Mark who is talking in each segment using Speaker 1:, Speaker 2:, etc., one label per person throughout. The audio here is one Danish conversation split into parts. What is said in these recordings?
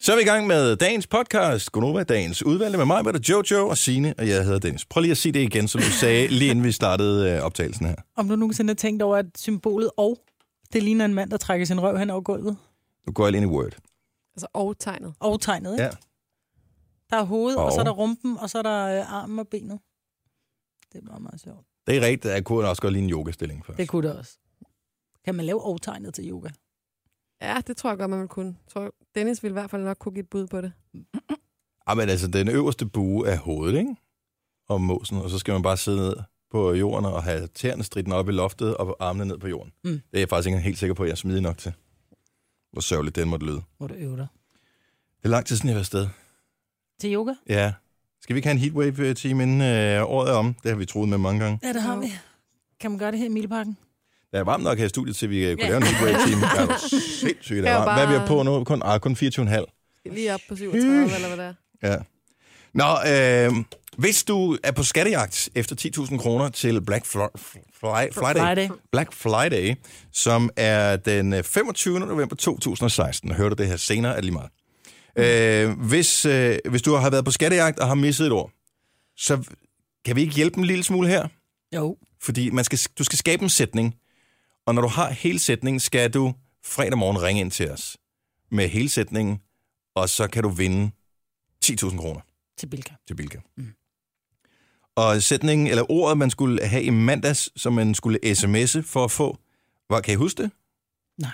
Speaker 1: Så er vi i gang med dagens podcast, Gunova Dagens udvalgte med mig, med Jojo og Sine og jeg hedder Dennis. Prøv lige at sige det igen, som du sagde, lige inden vi startede øh, optagelsen her.
Speaker 2: Om du nogensinde har tænkt over, at symbolet og, det ligner en mand, der trækker sin røv hen over gulvet.
Speaker 1: Nu går jeg lige ind i Word.
Speaker 3: Altså overtegnet.
Speaker 2: Og tegnet, ikke?
Speaker 1: Ja.
Speaker 2: Der er hovedet, og. og så er
Speaker 1: Og.
Speaker 2: der rumpen, og så er der øh, armen og benet. Det er meget, meget sjovt.
Speaker 1: Det er rigtigt, jeg kunne også godt lide en yogastilling først.
Speaker 2: Det kunne det også. Kan man lave overtegnet til yoga?
Speaker 3: Ja, det tror jeg godt, man vil kunne. Jeg Tror, Dennis ville i hvert fald nok kunne give et bud på det.
Speaker 1: Ja, men altså, den øverste bue er hovedet, ikke? Og måsen, og så skal man bare sidde ned på jorden og have tæerne stritten op i loftet og armene ned på jorden.
Speaker 2: Mm.
Speaker 1: Det er jeg faktisk ikke helt sikker på, at jeg er smidig nok til. Hvor sørgeligt den måtte lyde.
Speaker 2: Må du øve dig.
Speaker 1: Det er lang tid siden, jeg har været afsted.
Speaker 2: Til yoga?
Speaker 1: Ja. Skal vi ikke have en heatwave-team inden øh, året er om? Det har vi troet med mange gange.
Speaker 2: Ja, det har vi. Kan man gøre det her i Mileparken?
Speaker 1: Der er varmt nok her i studiet, til vi øh, kunne
Speaker 2: Ja.
Speaker 1: lave en heatwave-team. Det er jo sindssygt
Speaker 3: Det er jo
Speaker 1: varmt. Hvad er vi
Speaker 3: bare-
Speaker 1: oppe på nu? Kun, ah, kun 24,5.
Speaker 3: Lige op på 37, eller hvad det er.
Speaker 1: Ja. Nå, øh, hvis du er på skattejagt efter 10.000 kroner til Black Flo- Fly- Friday,
Speaker 2: Friday.
Speaker 1: Black Friday, som er den øh, 25. november 2016, hører du det her senere, er det lige meget. Øh, hvis, øh, hvis du har været på skattejagt og har misset et år, så kan vi ikke hjælpe en lille smule her?
Speaker 2: Jo.
Speaker 1: Fordi man skal, du skal skabe en sætning, og når du har hele sætningen, skal du fredag morgen ringe ind til os med hele sætningen, og så kan du vinde 10.000 kroner
Speaker 2: Til Bilka.
Speaker 1: til Bilka. Mm. Og sætningen, eller ordet, man skulle have i mandags, som man skulle sms'e for at få, var, kan I huske det?
Speaker 2: Nej.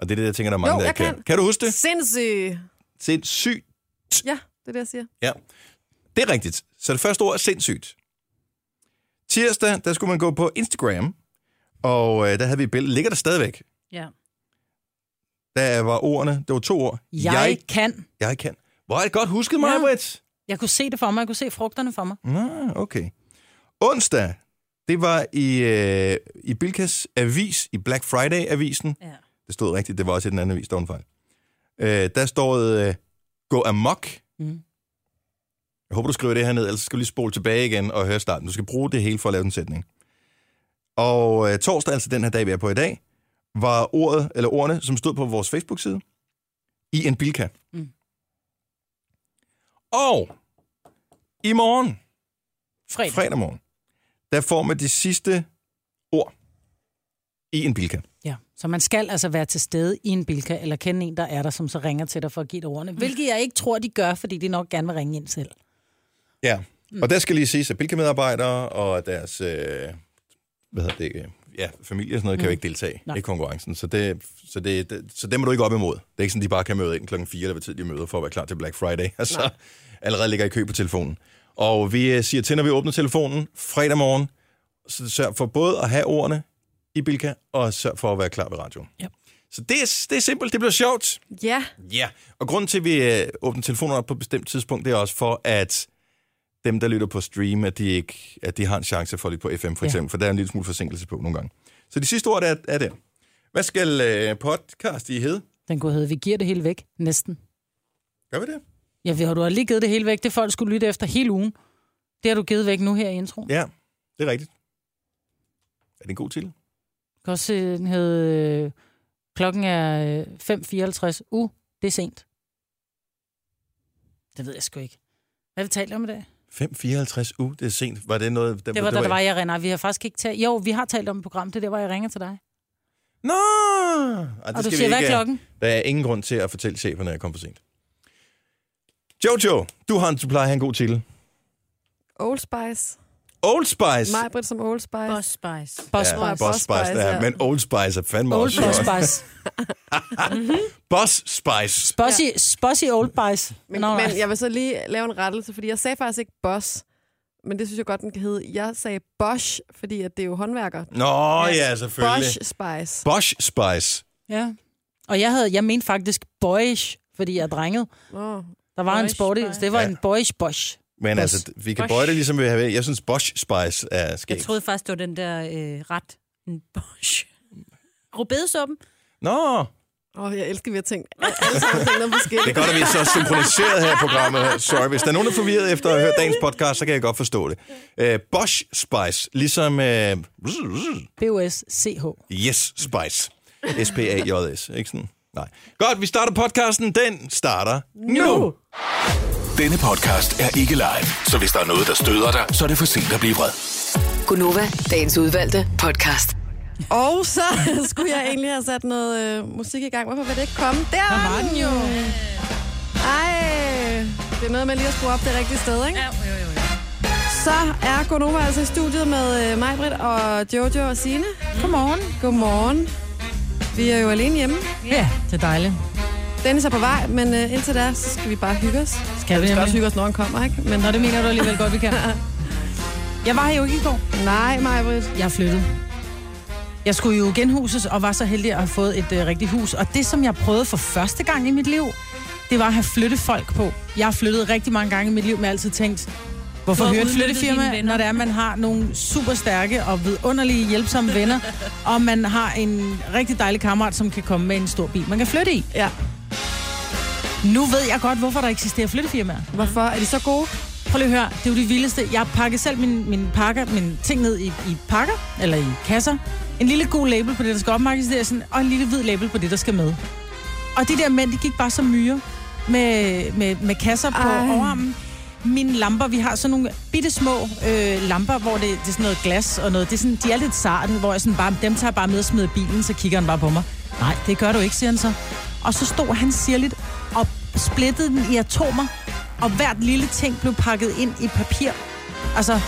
Speaker 1: Og det er det, jeg tænker, der er mange,
Speaker 3: Jo,
Speaker 1: der
Speaker 3: jeg
Speaker 1: ikke kan.
Speaker 3: kan.
Speaker 1: Kan du huske det?
Speaker 3: Sindssygt!
Speaker 1: Sindssygt.
Speaker 3: Ja, det er det, jeg siger.
Speaker 1: Ja, det er rigtigt. Så det første ord er sindssygt. Tirsdag, der skulle man gå på Instagram, og øh, der havde vi et billede. Ligger der stadigvæk?
Speaker 2: Ja.
Speaker 1: Der var ordene, det var to ord.
Speaker 2: Jeg, jeg kan.
Speaker 1: jeg kan. Hvor er det godt husket, mig,
Speaker 2: Ja.
Speaker 1: ja. Britt?
Speaker 2: Jeg kunne se det for mig. Jeg kunne se frugterne for mig.
Speaker 1: Nå, okay. Onsdag, det var i, øh, i Bilkas avis, i Black Friday-avisen.
Speaker 2: Ja.
Speaker 1: Det stod rigtigt, det var også i den anden avis, der var en fejl. Øh, der stod, øh, gå amok.
Speaker 2: Mm.
Speaker 1: Jeg håber, du skriver det her ned, ellers skal du lige spole tilbage igen og høre starten. Du skal bruge det hele for at lave den sætning. Og øh, torsdag, altså den her dag, vi er på i dag, var ordet, eller ordene, som stod på vores Facebook-side, i en bilka.
Speaker 2: Mm.
Speaker 1: Og i morgen,
Speaker 2: Fredag.
Speaker 1: fredag morgen, der får man de sidste ord i en bilka.
Speaker 2: Ja. Så man skal altså være til stede i en Bilka, eller kende en, der er der, som så ringer til dig for at give dig ordene.
Speaker 4: Mm.
Speaker 2: Hvilket jeg ikke tror, de gør, fordi de nok gerne vil ringe ind selv.
Speaker 1: Ja, mm. og der skal lige siges, at Bilka-medarbejdere og deres øh, hvad hedder det, øh, ja, familie og sådan noget, mm. kan jo ikke deltage
Speaker 2: Nej.
Speaker 1: i konkurrencen. Så, det, så, det, det, så det må du ikke op imod. Det er ikke sådan, de bare kan møde ind klokken 4 eller hvad tid de møder for at være klar til Black Friday. Og så allerede ligger i kø på telefonen. Og vi øh, siger til, når vi åbner telefonen fredag morgen, så sørg for både at have ordene i Bilka, og sørg for at være klar ved radioen.
Speaker 2: Ja.
Speaker 1: Så det er, det er simpelt, det bliver sjovt.
Speaker 3: Ja,
Speaker 1: Ja, og grunden til, at vi øh, åbner telefoner op på et bestemt tidspunkt, det er også for, at dem, der lytter på stream, at de, ikke, at de har en chance for at lytte på FM, for
Speaker 2: Ja.
Speaker 1: eksempel, for der er en lille smule forsinkelse på nogle gange. Så de sidste ord er, er det. Hvad skal øh, podcast i hedde?
Speaker 2: Den kunne hedde, vi giver det hele væk. Næsten.
Speaker 1: Gør vi det?
Speaker 2: Ja, vi har du har lige givet det hele væk. Det folk skulle lytte efter hele ugen. Det har du givet væk nu her i introen.
Speaker 1: Ja, det er rigtigt. Er det en god titel?
Speaker 2: Du kan også se, den hed, øh, klokken er øh, 5.54. Uh, det er sent. Det ved jeg sgu ikke. Hvad har vi talt om i dag? Det,
Speaker 1: 5.54 u, det er sent. Var det noget...
Speaker 2: det var, da der var, jeg ringer. Nej, vi har faktisk ikke talt. Jo, vi har talt om et program. Det er der, hvor jeg ringer til dig.
Speaker 1: Nå! Ej, det
Speaker 2: Og du
Speaker 1: skal vi
Speaker 2: siger, hvad er
Speaker 1: ikke-
Speaker 2: klokken?
Speaker 1: Der er ingen grund til at fortælle cheferne, at jeg kom for sent. Jojo, du har en, du plejer at have en god titel.
Speaker 3: Old Spice.
Speaker 1: Old Spice.
Speaker 3: Majbrit som Old Spice.
Speaker 4: Boss Spice.
Speaker 2: Boss
Speaker 1: Ja,
Speaker 2: Spice.
Speaker 1: Boss Spice,
Speaker 3: Spice,
Speaker 1: ja.
Speaker 3: ja.
Speaker 1: Men Old Spice er fandme
Speaker 2: Old
Speaker 1: også
Speaker 2: Boss
Speaker 1: sjovt.
Speaker 2: Spice.
Speaker 1: Boss Spice.
Speaker 2: Bossy, bossy Old Spice.
Speaker 3: Men,
Speaker 2: Nå,
Speaker 3: men jeg vil så lige lave en rettelse, fordi jeg sagde faktisk ikke boss, men det synes jeg godt, den kan hedde. Jeg sagde bosch, fordi at det er jo håndværker.
Speaker 1: Nå ja, selvfølgelig.
Speaker 3: Bosch Spice.
Speaker 1: Bosch Spice.
Speaker 2: Ja. Og jeg, havde, jeg mente faktisk boyish, fordi jeg er drenget.
Speaker 3: Nå,
Speaker 2: Der var en
Speaker 4: Boyish
Speaker 2: sporty,
Speaker 4: Spice.
Speaker 2: det var
Speaker 1: Ja.
Speaker 2: en boyish bosh.
Speaker 1: Men
Speaker 2: Bosch.
Speaker 1: altså, vi kan
Speaker 4: Bosch.
Speaker 1: bøje det ligesom vi har ved. Jeg synes, Bosch Spice er
Speaker 4: Jeg
Speaker 1: skægt.
Speaker 4: troede faktisk, det var den der øh, ret. En bosch. Rubedesuppen.
Speaker 1: Nå,
Speaker 3: Åh, jeg elsker, at vi har tænkt. Alle sammen tænker noget
Speaker 1: det er
Speaker 3: forskelligt.
Speaker 1: godt, at vi er så synkroniseret her i programmet. her. Sorry, hvis der er nogen, der er forvirret efter at have hørt dagens podcast, så kan jeg godt forstå det. Uh, Bosch Spice, ligesom uh,
Speaker 2: B-O-S-C-H.
Speaker 1: Yes Spice. S-P-A-J-S, ikke sådan? Nej. Godt, vi starter podcasten. Den starter nu.
Speaker 3: Nu!
Speaker 1: nu.
Speaker 5: Denne podcast er ikke live, så hvis der er noget, der støder dig, så er det for sent at blive vred.
Speaker 6: Gunova, dagens udvalgte podcast.
Speaker 3: Og så skulle jeg egentlig have sat noget øh, musik i gang. Hvorfor vil det ikke komme? Der var den jo! Ej, det er noget med lige at skrue op det rigtige sted, ikke?
Speaker 4: Ja, jo, jo, jo.
Speaker 3: Så er Gonova altså i studiet med øh, mig, Britt og Jojo og Signe.
Speaker 2: Godmorgen.
Speaker 3: Godmorgen. Vi er jo alene hjemme.
Speaker 2: Ja, det er dejligt.
Speaker 3: Dennis er på vej, men øh, indtil da, så skal vi bare hygge os. Vi
Speaker 2: Skal vi
Speaker 3: skal også
Speaker 2: nemlig?
Speaker 3: hygge os, når han kommer, ikke? Men
Speaker 2: Nå, det mener du alligevel godt, vi kan. Jeg var her jo ikke i går.
Speaker 3: nej, mig, Britt.
Speaker 2: Jeg er flyttet. Jeg skulle jo genhuses og var så heldig at have fået et øh, rigtigt hus. Og det, som jeg prøvede for første gang i mit liv, det var at have flyttet folk på. Jeg har flyttet rigtig mange gange i mit liv, men jeg har altid tænkt, hvorfor
Speaker 4: Hvor
Speaker 2: hyre et
Speaker 4: udnytte dine
Speaker 2: flyttefirma,
Speaker 4: venner?
Speaker 2: når det er, man har nogle super stærke og vidunderlige hjælpsomme venner, og man har en rigtig dejlig kammerat, som kan komme med en stor bil, man kan flytte i.
Speaker 3: Ja.
Speaker 2: Nu ved jeg godt, hvorfor der eksisterer flyttefirmaer.
Speaker 3: Hvorfor? Er de så gode?
Speaker 2: Prøv lige at høre, det er jo det vildeste. Jeg pakkede selv min, min pakker, min ting ned i, i pakker, eller i kasser. En lille god label på det, der skal opmarkedsføres, sådan, og en lille hvid label på det, der skal med. Og de der mænd, de gik bare som myrer med, med, med kasser på
Speaker 3: Ej.
Speaker 2: overarmen. Mine lamper, vi har sådan nogle bitte små øh, lamper, hvor det, det er sådan noget glas og noget. Det er sådan, de er lidt sarte, hvor jeg sådan bare, dem tager jeg bare med og smider i bilen, så kigger han bare på mig. Nej, det gør du ikke, siger han så. Og så stod han sirligt og splittede den i atomer, og hvert lille ting blev pakket ind i papir. Altså,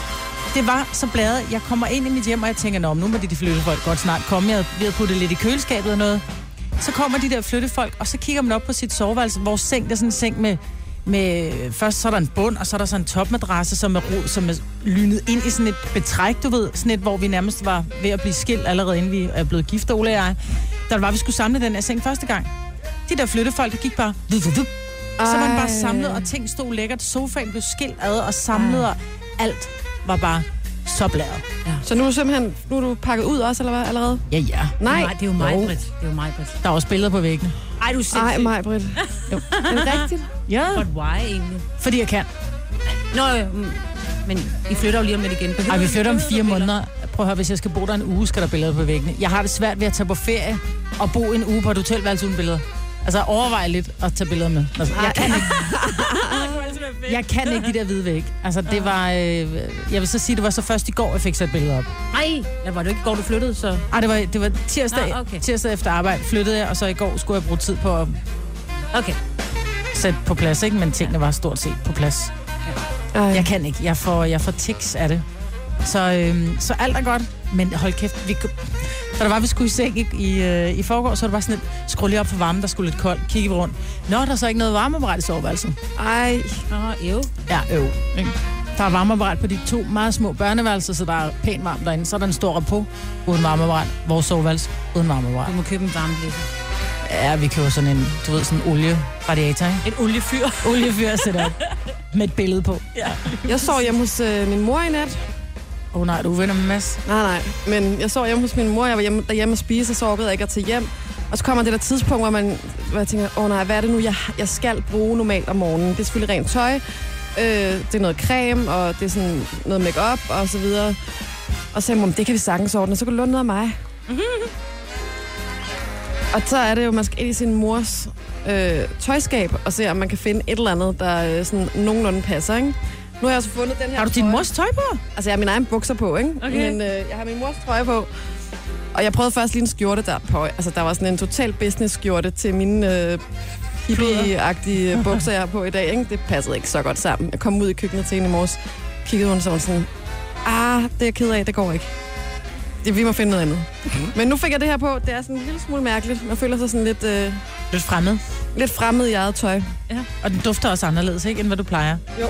Speaker 2: det var så bladet. Jeg kommer ind i mit hjem, og jeg tænker, Nå, men nu må de, de flyttefolk godt snart komme. Jeg havde puttet lidt i køleskabet og noget. Så kommer de der flyttefolk, og så kigger man op på sit soveværelse. Vores seng, der er sådan en seng med, med... Først så er der en bund, og så er der sådan en topmadrasse, som er, ro- som er lynet ind i sådan et betræk, du ved. Sådan et, hvor vi nærmest var ved at blive skilt allerede, inden vi er blevet gift, Ole og jeg. Der var, vi skulle samle den her seng første gang. De der flyttefolk, der gik bare... Vup, vup, vup. Så var den bare
Speaker 3: Ej.
Speaker 2: samlet, og ting stod lækkert. Sofaen blev skilt ad og samlet, og alt var bare så blæret.
Speaker 3: Så nu er du simpelthen nu er du pakket ud også, eller hvad, allerede?
Speaker 2: Ja, ja.
Speaker 3: Nej.
Speaker 4: Nej, det er jo mig, Britt. Det er jo mig, Britt.
Speaker 2: Der er også billeder på væggene.
Speaker 4: Ej, du er
Speaker 3: Nej,
Speaker 4: sindssyg.
Speaker 3: mig, Britt. Er det rigtigt?
Speaker 2: Ja.
Speaker 4: But why egentlig?
Speaker 2: Fordi jeg kan.
Speaker 4: Nå, øh, mm, men I flytter jo lige om lidt igen. Behøver
Speaker 2: Ej, vi
Speaker 4: I-
Speaker 2: flytter om
Speaker 4: behøver
Speaker 2: fire
Speaker 4: du billeder?
Speaker 2: måneder. Prøv at høre, hvis jeg skal bo der en uge, skal der billeder på væggene. Jeg har det svært ved at tage på ferie og bo en uge på et hotelværelse uden billeder. Altså overvej lidt at tage billeder med. Altså, jeg, kan ikke, jeg kan ikke de der hvide væg. Altså det var, øh, jeg vil så sige, det var så først i går, jeg fik sat billeder op.
Speaker 4: Nej, der var det ikke i går, du flyttede, så...
Speaker 2: Ej, det var, det var tirsdag,
Speaker 4: Ah,
Speaker 2: ah,
Speaker 4: okay.
Speaker 2: okay. tirsdag efter arbejde flyttede jeg, og så i går skulle jeg bruge tid på at
Speaker 4: Okay.
Speaker 2: sætte på plads, ikke? men tingene var stort set på plads.
Speaker 3: Ej.
Speaker 2: Jeg kan ikke. Jeg får, jeg får tics af det. Så, øhm, så alt er godt. Men hold kæft, vi, da der var, vi skulle i seng i, i, øh, i forgårs, så var det bare sådan lidt, skru lige op for varmen, der skulle lidt koldt, kigge rundt. Nå, der er så ikke noget varmeapparat i soveværelset.
Speaker 3: Ej.
Speaker 4: Nå, jo.
Speaker 2: Ja, øv. Ikke? Der er varmeapparat på de to meget små børneværelser, så der er pænt varmt derinde. Så er der en stor rapport uden varmeapparat. Vores soveværelse uden
Speaker 4: Du
Speaker 2: varmeapparat.
Speaker 4: må købe en varmeblæse.
Speaker 2: Ja, vi køber sådan en, du ved, sådan en olieradiator, ikke?
Speaker 4: Et oliefyr.
Speaker 2: Oliefyr sætter op med et billede på.
Speaker 3: Jeg sov hjemme hos øh, min mor i nat.
Speaker 2: Åh oh, nej, du er uvenner med Mads.
Speaker 3: Nej, nej. Men jeg sov hjemme hos min mor. Jeg var hjemme, derhjemme og spise, og så orkede jeg ikke at tage hjem. Og så kommer det der tidspunkt, hvor, man, hvor jeg tænker, åh oh, nej, hvad er det nu, jeg, jeg skal bruge normalt om morgenen? Det er selvfølgelig rent tøj. Øh, det er noget creme, og det er sådan noget makeup og så videre. Og så sagde mor, det kan vi sagtens ordne, og så kan du låne noget af mig. og så er det jo, man skal ind i sin mors øh, tøjskab og se, om man kan finde et eller andet, der øh, sådan nogenlunde passer, ikke? Nu har jeg også fundet den her
Speaker 2: Har du din
Speaker 3: trøje.
Speaker 2: mors tøj på?
Speaker 3: Altså, jeg har min egen bukser på, ikke?
Speaker 4: Okay.
Speaker 3: Men øh, jeg har min mors trøje på. Og jeg prøvede først lige en skjorte der på. Altså, der var sådan en total business skjorte til mine øh, hippie-agtige bukser, jeg har på i dag. Ikke? Det passede ikke så godt sammen. Jeg kom ud i køkkenet til hende i morges. Kiggede hun så var hun sådan, ah, det er jeg ked af, det går ikke. Det, vi må finde noget andet. Men nu fik jeg det her på. Det er sådan en lille smule mærkeligt. Man føler sig sådan lidt, øh,
Speaker 2: Lidt fremmed.
Speaker 3: lidt fremmed i eget tøj.
Speaker 2: Og den dufter også anderledes, ikke, end hvad du plejer. Ja.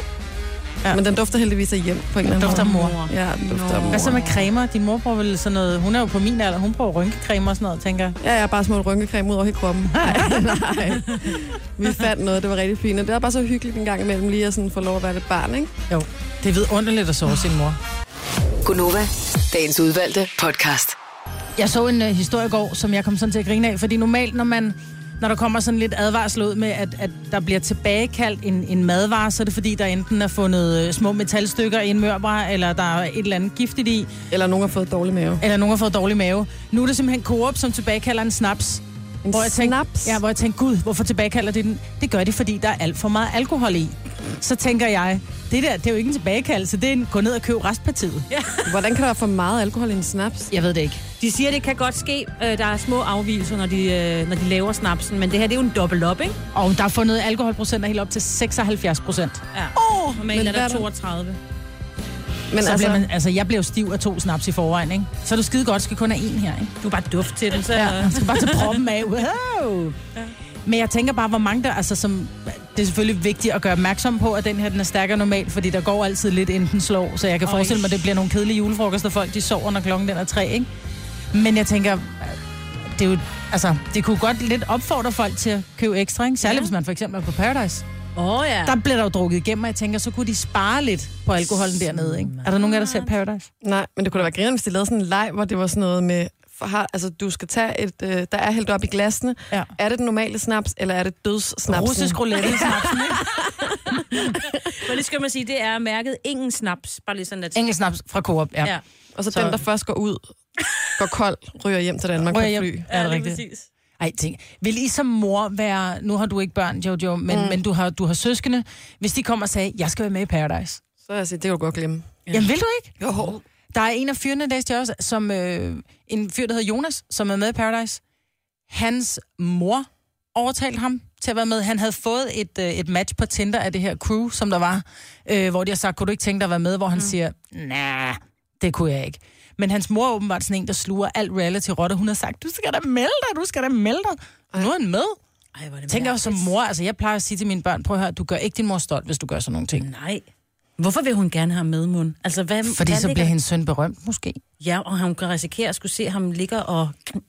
Speaker 3: Ja. Men den dufter heldigvis af hjem på en eller anden
Speaker 2: Dufter
Speaker 3: måde.
Speaker 2: mor.
Speaker 3: Ja, den dufter af
Speaker 4: Nå.
Speaker 3: mor.
Speaker 2: Hvad så med cremer? Din mor bruger vel sådan noget... Hun er jo på min alder, hun bruger rynkecremer og sådan noget, tænker jeg.
Speaker 3: Ja, jeg har bare smået rynkecreme ud over hele kroppen. Nej, nej. Vi fandt noget, det var rigtig fint. Og det var bare så hyggeligt en gang imellem lige at sådan få lov at være lidt barn, ikke?
Speaker 2: Jo. Det er vidunderligt at sove sin mor.
Speaker 6: Gunova, dagens udvalgte podcast.
Speaker 2: Jeg så en uh, historie i går, som jeg kom sådan til at grine af, fordi normalt, når man når der kommer sådan lidt advarsel ud med, at, at der bliver tilbagekaldt en, en madvare, så er det fordi, der enten er fundet øh, små metalstykker i en mørbræ, eller der er et eller andet giftigt i,
Speaker 3: Eller nogen har fået dårlig mave.
Speaker 2: eller nogen har fået dårlig mave. Nu er det simpelthen Coop, som tilbagekalder en snaps.
Speaker 3: En
Speaker 2: Hvor jeg tænkte,
Speaker 3: snaps?
Speaker 2: ja, hvor jeg tænkte, gud, hvorfor tilbagekalder de den? Det gør de, fordi der er alt for meget alkohol i. Så tænker jeg, det der, det er jo ikke en tilbagekaldelse, det er en gå ned og køb restpartiet.
Speaker 3: Hvordan kan der være for meget alkohol i en snaps?
Speaker 2: Jeg ved det ikke.
Speaker 4: De siger, det kan godt ske. Øh, der er små afvielser, når de, øh, når de laver snapsen. Men det her, det er jo en dobbelt op, ikke?
Speaker 2: Og der er fundet alkoholprocenter helt op til 76 procent.
Speaker 4: Ja. Oh, Normalt
Speaker 3: men
Speaker 4: er
Speaker 3: hvad er
Speaker 4: der
Speaker 3: der?
Speaker 4: 32.
Speaker 3: Men
Speaker 2: Så
Speaker 3: altså,
Speaker 2: bliver man, altså, jeg blev stiv af to snaps i forvejen, ikke? Så er du skide godt, skal kun have en her, ikke?
Speaker 4: Du er bare duft til den, så...
Speaker 2: Ja,
Speaker 4: Ja.
Speaker 2: man skal bare tage proppen af. Wow. Men jeg tænker bare, hvor mange der, altså som, det er selvfølgelig vigtigt at gøre opmærksom på, at den her den er stærkere end normalt, fordi der går altid lidt inden den slår, så jeg kan
Speaker 4: Oj.
Speaker 2: forestille mig, at det bliver nogle kedelige julefrokoster, folk de sover, når klokken den er tre, ikke? Men jeg tænker, øh, det, er jo, altså, det kunne godt lidt opfordre folk til at købe ekstra, ikke? Særligt ja.
Speaker 4: Ja.
Speaker 2: hvis man for eksempel er på Paradise.
Speaker 4: Åh, oh, ja.
Speaker 2: Der bliver der jo drukket igennem, og jeg tænker, så kunne de spare lidt på alkoholen dernede, ikke? Er der nogen af jer, der ser Paradise?
Speaker 3: nej, men det kunne da være griner, hvis de lavede sådan en leg, hvor det var sådan noget med, for har, altså, du skal tage et, øh, der er hældt op i glassene.
Speaker 2: Ja.
Speaker 3: Er det den normale snaps, eller er det dødssnapsen?
Speaker 2: Russisk roulette i snapsen, ikke?
Speaker 4: Men det skal man sige, det er mærket ingen snaps. Bare lige sådan, at...
Speaker 2: Engelsk snaps fra Coop, ja.
Speaker 4: Ja.
Speaker 3: Og så,
Speaker 2: Så-
Speaker 3: så den, der først går ud, går kold, ryger hjem til Danmark
Speaker 2: Ryger
Speaker 3: på
Speaker 2: hjem.
Speaker 3: fly.
Speaker 2: Ja, det er rigtigt.
Speaker 4: præcis.
Speaker 2: Ej, tænk. Vil I som mor være... Nu har du ikke børn, Jojo, men, mm. men du, har, du har søskende. Hvis de kommer og sagde, jeg skal være med i Paradise.
Speaker 3: Så jeg siger, det kan du godt glemme.
Speaker 2: Ja. Jamen, vil du ikke?
Speaker 3: Jo.
Speaker 2: Der er en af fyrene i dag til os, som... Øh, en fyr, der hedder Jonas, som er med i Paradise. Hans mor overtalte ham til at være med. Han havde fået et, øh, et match på Tinder af det her crew, som der var, øh, hvor de har sagt, kunne du ikke tænke dig at være med? Hvor han mm. siger, nej, det kunne jeg ikke. Men hans mor er åbenbart sådan en, der sluger alt reality-rotte. Hun har sagt, du skal da melde dig, du skal da melde dig. Og Nu er han med.
Speaker 4: Ej, hvor er det
Speaker 2: Tænker jeg som mor, altså jeg plejer at sige til mine børn, prøv at høre, du gør ikke din mor stolt, hvis du gør sådan nogle ting.
Speaker 4: Nej. Hvorfor vil hun gerne have ham med, Mund? Altså, hvad,
Speaker 2: Fordi
Speaker 4: hvad
Speaker 2: så
Speaker 4: ligger-
Speaker 2: bliver hendes søn berømt, måske.
Speaker 4: Ja, og hun kan risikere at skulle se ham ligger og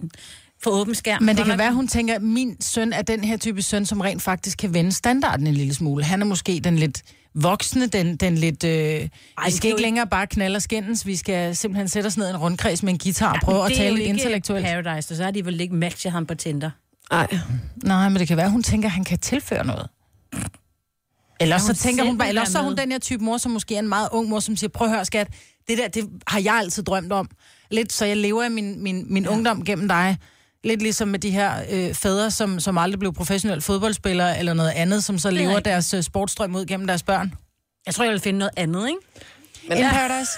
Speaker 4: få åben skærm.
Speaker 2: Men det
Speaker 4: Godt
Speaker 2: kan
Speaker 4: nok-
Speaker 2: være, hun tænker, at min søn er den her type søn, som rent faktisk kan vende standarden en lille smule. Han er måske den lidt voksne, den, den lidt... Øh, Ej, vi
Speaker 4: det er
Speaker 2: skal
Speaker 4: jo
Speaker 2: ikke
Speaker 4: ikke-
Speaker 2: længere bare knalde og skændes, vi skal simpelthen sætte os ned i en rundkreds med en guitar og prøve at
Speaker 4: Det er jo
Speaker 2: tale lidt
Speaker 4: ikke
Speaker 2: intellektuelt.
Speaker 4: Paradise, og så har de vel ikke matchet ham på Tinder.
Speaker 3: Nej.
Speaker 2: Nej, men det kan være, hun tænker, at han kan tilføre noget. Eller så
Speaker 4: hun
Speaker 2: tænker
Speaker 4: selv
Speaker 2: hun bare,
Speaker 4: vil
Speaker 2: eller
Speaker 4: være
Speaker 2: så er hun
Speaker 4: med.
Speaker 2: den her type mor, som måske er en meget ung mor, som siger, prøv at høre skat, det der, det har jeg altid drømt om. Lidt, så jeg lever i min, min, min ja. ungdom gennem dig. Lidt ligesom med de her øh, fædre, som, som aldrig blev professionelle fodboldspillere eller noget andet, som så lever
Speaker 4: rigtigt.
Speaker 2: deres øh, sportsdrøm ud gennem deres børn.
Speaker 4: Jeg tror, jeg vil finde noget andet, ikke?
Speaker 3: Men,
Speaker 2: In
Speaker 3: ja.
Speaker 2: Paradise.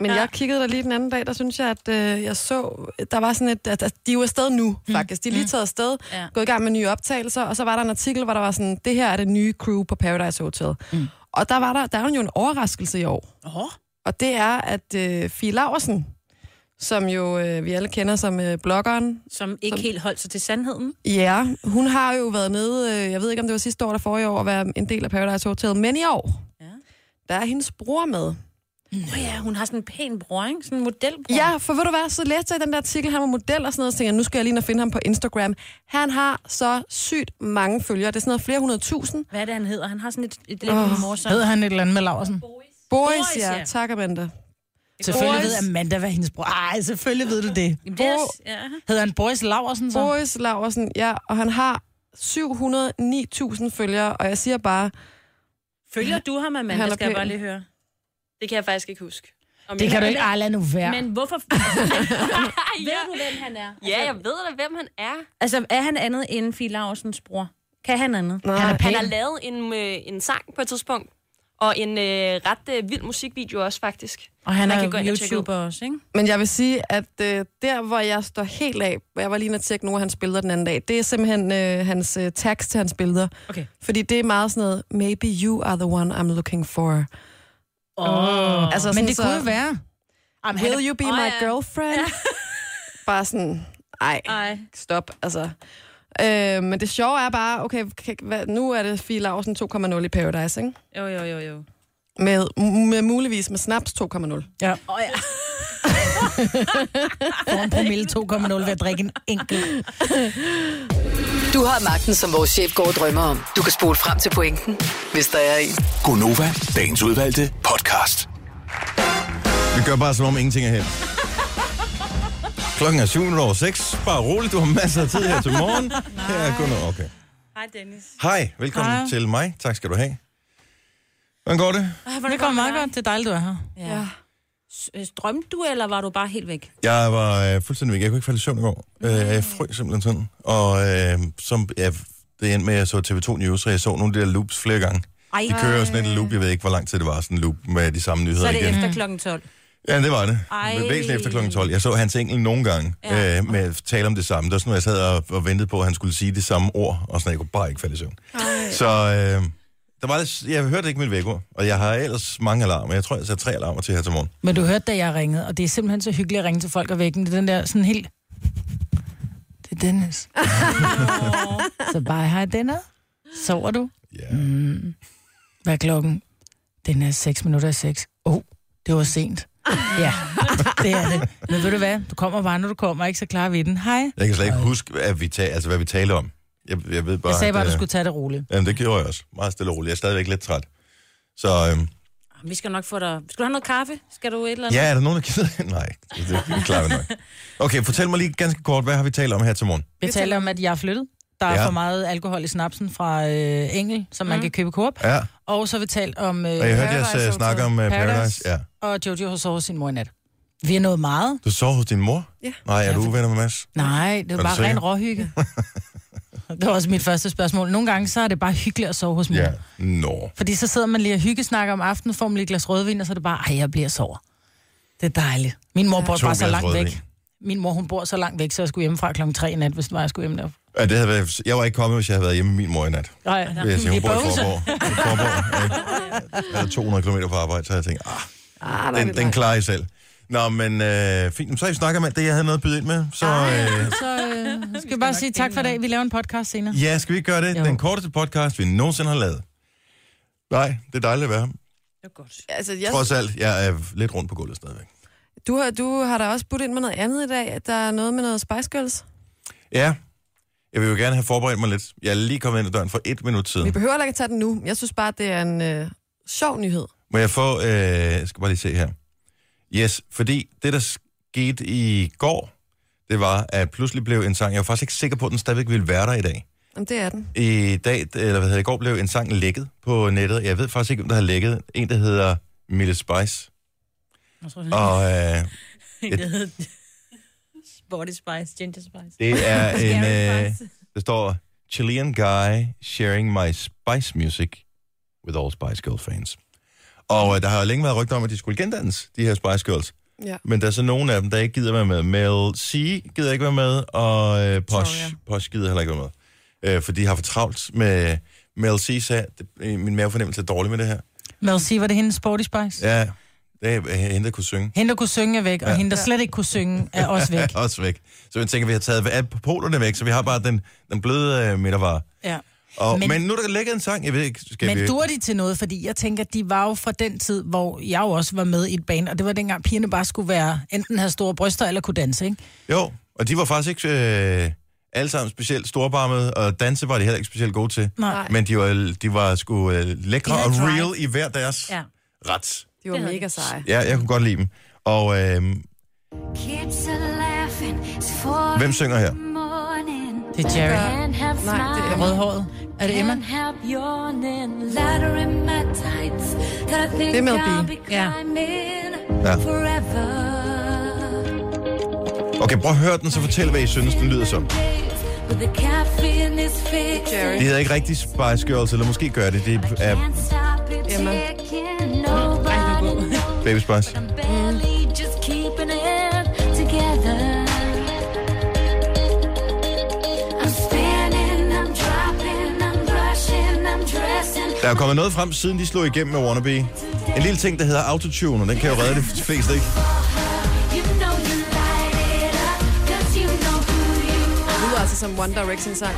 Speaker 3: men jeg kiggede der lige den anden dag, der synes jeg, at øh, jeg så, der var sådan et, at, at de er jo afsted nu, faktisk. De er lige taget afsted,
Speaker 4: Ja.
Speaker 3: ja. gået i gang med nye optagelser, og så var der en artikel, hvor der var sådan, det her er det nye crew på Paradise Hotel. Mm. Og der var der, der er jo en overraskelse i år.
Speaker 4: Åh.
Speaker 3: Og det er, at øh, Fie Laversen, som jo øh, vi alle kender som øh, bloggeren,
Speaker 4: Som ikke helt holdt sig til sandheden.
Speaker 3: Ja, hun har jo været nede, øh, jeg ved ikke om det var sidste år eller forrige år, at være en del af Paradise Hotel, men i år,
Speaker 4: Ja.
Speaker 3: ja. der er hendes bror med.
Speaker 4: Åh oh, ja, hun har sådan en pæn bror, ikke? Sådan en modelbror.
Speaker 3: Ja, for ved du hvad, så læste jeg i den der artikel, han var model og sådan noget, så tænkte jeg, nu skal jeg lige ind og finde ham på Instagram. Han har så sygt mange følgere, det er sådan noget flere hundrede tusind.
Speaker 4: Hvad er det, han hedder? Han har sådan et, et lidt oh, morsomt...
Speaker 2: Hedder han et eller andet med Laversen?
Speaker 3: Boris,
Speaker 4: Boris, ja.
Speaker 3: ja, tak Amanda.
Speaker 2: Selvfølgelig
Speaker 3: Boris.
Speaker 2: ved Amanda, hvad hendes bror... Ej, selvfølgelig ved du det.
Speaker 4: Jamen, det er, ja.
Speaker 2: Hedder han Boris Laversen så?
Speaker 3: Boris Laversen, ja, og han har 709.000 følgere, og jeg siger bare,
Speaker 4: Følger du ham, Amanda,
Speaker 3: Han er
Speaker 4: skal jeg
Speaker 3: pæn.
Speaker 4: bare lige høre.
Speaker 7: Det kan jeg faktisk ikke huske. Om
Speaker 2: Det
Speaker 7: jeg-
Speaker 2: kan du ikke... Ej, lad nu være.
Speaker 4: Men hvorfor... Ved du, hvem han er?
Speaker 7: Ja, jeg ved da, hvem han er.
Speaker 4: Altså, er han andet end Fie Larsens bror? Kan han andet?
Speaker 3: nej,
Speaker 2: han er
Speaker 7: Han
Speaker 2: pæn.
Speaker 7: har lavet en, øh, en sang på et tidspunkt, og en øh, ret øh, vild musikvideo også, faktisk.
Speaker 4: Og han
Speaker 7: Man
Speaker 4: er
Speaker 7: kan gå ind og tjekke
Speaker 4: YouTuber også, ikke?
Speaker 3: Men jeg vil sige, at øh, der, hvor jeg står helt af, hvor jeg var lige inde og tjekke nogle af hans billeder den anden dag, det er simpelthen øh, hans øh, tags til hans billeder.
Speaker 4: Okay.
Speaker 3: Fordi det er meget sådan noget, maybe you are the one I'm looking for.
Speaker 4: Oh.
Speaker 3: Altså,
Speaker 2: Men
Speaker 3: sådan
Speaker 2: det
Speaker 3: så,
Speaker 2: kunne jo være.
Speaker 3: Will you be
Speaker 7: Åh,
Speaker 3: my
Speaker 7: ja.
Speaker 3: girlfriend? Bare sådan, ej,
Speaker 4: Ej.
Speaker 3: stop, altså. Øh, men det sjove er bare, okay, kan- hvad- nu er det Fie Lausen 2.0 i Paradise, ikke?
Speaker 4: Jo, jo, jo, jo.
Speaker 3: Med, med muligvis med snaps 2.0.
Speaker 2: Ja. Oh, ja. Får en promille 2,0 ved at drikke en enkelt.
Speaker 6: Du har magten, som vores chef går og drømmer om. Du kan spole frem til pointen, hvis der er en.
Speaker 5: Gonova, dagens udvalgte podcast.
Speaker 1: Vi gør bare, som om ingenting er hændt. Klokken er 7 over 6. Bare roligt, du har masser af tid her til morgen. Her er Gunnar. Okay.
Speaker 4: Hej, Dennis.
Speaker 1: Hej, velkommen Hej.
Speaker 2: Hej.
Speaker 1: til mig. Tak skal du have. Hvordan går det?
Speaker 2: Det går meget godt. Det er dejligt, du er her.
Speaker 4: Ja. S- øh, Drømte du, eller var du bare helt væk?
Speaker 1: Jeg var øh, fuldstændig væk. Jeg kunne ikke falde i søvn i går. Øh, jeg frøs simpelthen sådan. Og øh, som, ja, det endte med, at jeg så TV2 News, og jeg så nogle af de der loops flere gange.
Speaker 4: Ej,
Speaker 1: De kører jo sådan et loop, jeg ved ikke, hvor lang tid det var, sådan en loop med de samme nyheder
Speaker 4: så er det
Speaker 1: igen.
Speaker 2: Mm.
Speaker 4: efter klokken 12.
Speaker 1: Ja, det var det.
Speaker 4: Ej.
Speaker 1: Ej. Væsentligt efter klokken 12. Jeg så hans engel nogle gange ja.
Speaker 4: Ja.
Speaker 1: øh, med at tale om det samme. Det var sådan, at jeg sad og, og ventede på, at han skulle sige det samme ord, og sådan, jeg kunne bare ikke falde i søvn. Så øh, der var lidt, jeg hørte ikke mit vækord, og jeg har ellers mange alarmer. Jeg tror, jeg satte tre alarmer til her til morgen.
Speaker 2: Men du hørte, da jeg ringede, og det er simpelthen så hyggeligt at ringe til folk og vække dem. Det er den der sådan helt... Det er Dennis. så bare, hej Dennis. Sover du?
Speaker 1: Ja. Mm.
Speaker 2: Hvad er klokken? Den er 6 minutter i 6. Åh, oh, det var sent. ja, det er det. Men ved du hvad? Du kommer bare, når du kommer, ikke? Så klarer vi den. Hej.
Speaker 1: Jeg kan slet ikke huske, at vi ta- altså, hvad vi talte om. Jeg, jeg ved bare,
Speaker 2: Jeg sagde bare,
Speaker 1: at,
Speaker 2: at du
Speaker 1: øh,
Speaker 2: skulle tage det roligt.
Speaker 1: Jamen, det gjorde jeg også. Meget stille og roligt. Jeg er stadigvæk lidt træt. Så øh,
Speaker 4: Vi skal nok få dig... Skal du have noget kaffe? Skal du et eller andet?
Speaker 1: ja, er der nogen, der gider? Nej, det, det klarer vi nok. Okay, fortæl mig lige ganske kort, hvad har vi talt om her til morgen?
Speaker 2: Vi talte om, at jeg er flyttet. Der er
Speaker 1: Ja.
Speaker 2: ja. for meget alkohol i snapsen fra øh, Engel, som man kan købe i Coop.
Speaker 1: Ja.
Speaker 2: Og så har vi talt om... Øh,
Speaker 1: Og jeg hørte jeres
Speaker 3: Paradise
Speaker 1: øh,
Speaker 3: Hotel.
Speaker 1: snak om øh, Paradise.
Speaker 2: Paradise.
Speaker 1: Paradise. Ja.
Speaker 2: og Jojo har sovet sin mor i nat. Vi er nået meget.
Speaker 1: Du sov hos din mor?
Speaker 3: Ja.
Speaker 1: Nej, er du uvenner med Mads?
Speaker 2: Nej, det var
Speaker 1: du
Speaker 2: bare
Speaker 1: sikker?
Speaker 2: ren råhygge. det var også mit første spørgsmål. Nogle gange så er det bare hyggeligt at sove hos mor.
Speaker 1: Ja. Nå.
Speaker 2: Fordi så sidder man lige og hyggesnakker om aftenen, får man lige et glas rødvin, og så er det bare, ej, jeg bliver sover. Det er dejligt. Min mor bor
Speaker 1: To
Speaker 2: bare så
Speaker 1: glas
Speaker 2: langt
Speaker 1: rødvin.
Speaker 2: væk. Min mor, hun bor så langt væk, så jeg skulle hjemmefra klokken 3 i nat, hvis det var, jeg skulle hjem der.
Speaker 1: Ja, det havde været, jeg var ikke kommet, hvis jeg havde været hjemme med min mor i nat.
Speaker 2: Nej,
Speaker 1: Vil jeg sige, hun
Speaker 2: i
Speaker 1: bor i
Speaker 2: Bogense.
Speaker 1: Forborg. I Forborg. ikke? Jeg er 200 km på arbejde, så jeg tænkte, ah,
Speaker 3: Ah, der er
Speaker 1: den,
Speaker 3: lidt
Speaker 1: den
Speaker 3: langt.
Speaker 1: klarer I selv. Nå, men øh, fint. Så har I snakket om alt det, jeg havde noget at byde ind med. Så
Speaker 3: Ah,
Speaker 1: øh,
Speaker 2: Så øh, skal vi bare sige tak for i dag. Vi laver en podcast senere.
Speaker 1: ja, skal vi ikke gøre det?
Speaker 2: Jo.
Speaker 1: Den korteste podcast, vi nogensinde har lavet. Nej, det er dejligt at være her.
Speaker 3: Altså, jeg,
Speaker 1: Trods alt, jeg er lidt rundt på gulvet stadigvæk.
Speaker 3: du, har, du har da også budt ind med noget andet i dag. Der er noget med noget Spice Girls.
Speaker 1: Ja, jeg vil jo gerne have forberedt mig lidt. Jeg er lige kommet ind ad døren for et minut siden.
Speaker 3: Vi behøver heller ikke at tage den nu. Jeg synes bare, det er en øh, sjov nyhed.
Speaker 1: Må jeg få, øh, jeg skal bare lige se her. Yes, fordi det, der skete i går, det var, at pludselig blev en sang, jeg var faktisk ikke sikker på, at den stadigvæk ville være der i dag.
Speaker 3: Jamen, det er den.
Speaker 1: I dag, eller hvad hedder, det, i går blev en sang lækket på nettet. Jeg ved faktisk ikke, hvem der har lækket. En, der hedder Mille Spice.
Speaker 4: Jeg tror, det
Speaker 1: Og øh,
Speaker 4: Det hedder Sporty Spice, Ginger Spice.
Speaker 1: det er en,
Speaker 4: Scary
Speaker 1: øh,
Speaker 4: Spice.
Speaker 1: der står, Chilean guy sharing my Spice music with all Spice Girl fans. Og øh, der har jo længe været rygter om, at de skulle gendannes, de her Spice Girls.
Speaker 3: Ja.
Speaker 1: Men der er så nogle af dem, der ikke gider være med. Mel C gider ikke være med, og øh, Posh,
Speaker 3: Sorry.
Speaker 1: Posh gider heller ikke være med. Øh, for de har for travlt med... Mel C sagde, "Det- øh, min mavefornemmelse er dårlig med det her.
Speaker 2: Mel C, var det hende Sporty Spice? Ja.
Speaker 1: Ja, det er øh, hende, der kunne synge.
Speaker 2: Hende, der kunne synge, er væk, og ja. hende, der slet ikke kunne synge, er også væk.
Speaker 1: Er også væk. Så jeg tænker, vi har taget alle polerne væk, så vi har bare den, den bløde øh, midtervare.
Speaker 2: Ja.
Speaker 1: Og, men,
Speaker 2: Men-
Speaker 1: men nu er der ligger en sang, jeg ved ikke, skal vi...
Speaker 2: Men dur de til noget? Fordi jeg tænker, de var jo fra den tid, hvor jeg jo også var med i et band, og det var dengang, pigerne bare skulle være, enten have store bryster eller kunne danse, ikke?
Speaker 1: Jo, og de var faktisk ikke øh, alle sammen specielt storbarmede, og danse var de heller ikke specielt gode til.
Speaker 2: Nej.
Speaker 1: Men de var, de var sgu øh, lækre
Speaker 4: De
Speaker 1: og
Speaker 4: havde drive.
Speaker 1: real i hver deres
Speaker 4: Ja.
Speaker 1: ret.
Speaker 3: De var
Speaker 4: Det er
Speaker 3: mega
Speaker 4: rigtigt.
Speaker 3: seje.
Speaker 1: Ja, jeg kunne godt lide dem. Og øh, hvem synger her?
Speaker 2: Det er Jerry.
Speaker 3: Nej, det er
Speaker 2: Rødhåret. Er det Emma?
Speaker 3: Det er Mel B.
Speaker 4: Ja.
Speaker 1: Ja. Okay, prøv at høre den, så fortæl, hvad I synes, den lyder som.
Speaker 3: Jerry.
Speaker 1: Det hedder ikke rigtig Spice Girls, eller måske gør det. Det er
Speaker 3: Emma.
Speaker 1: Baby Spice. Der er kommet noget frem, siden de slog igennem med Wannabe. En lille ting, der hedder autotune, og den kan jo redde de fleste, ikke?
Speaker 3: Det lyder altså som One Direction-sang.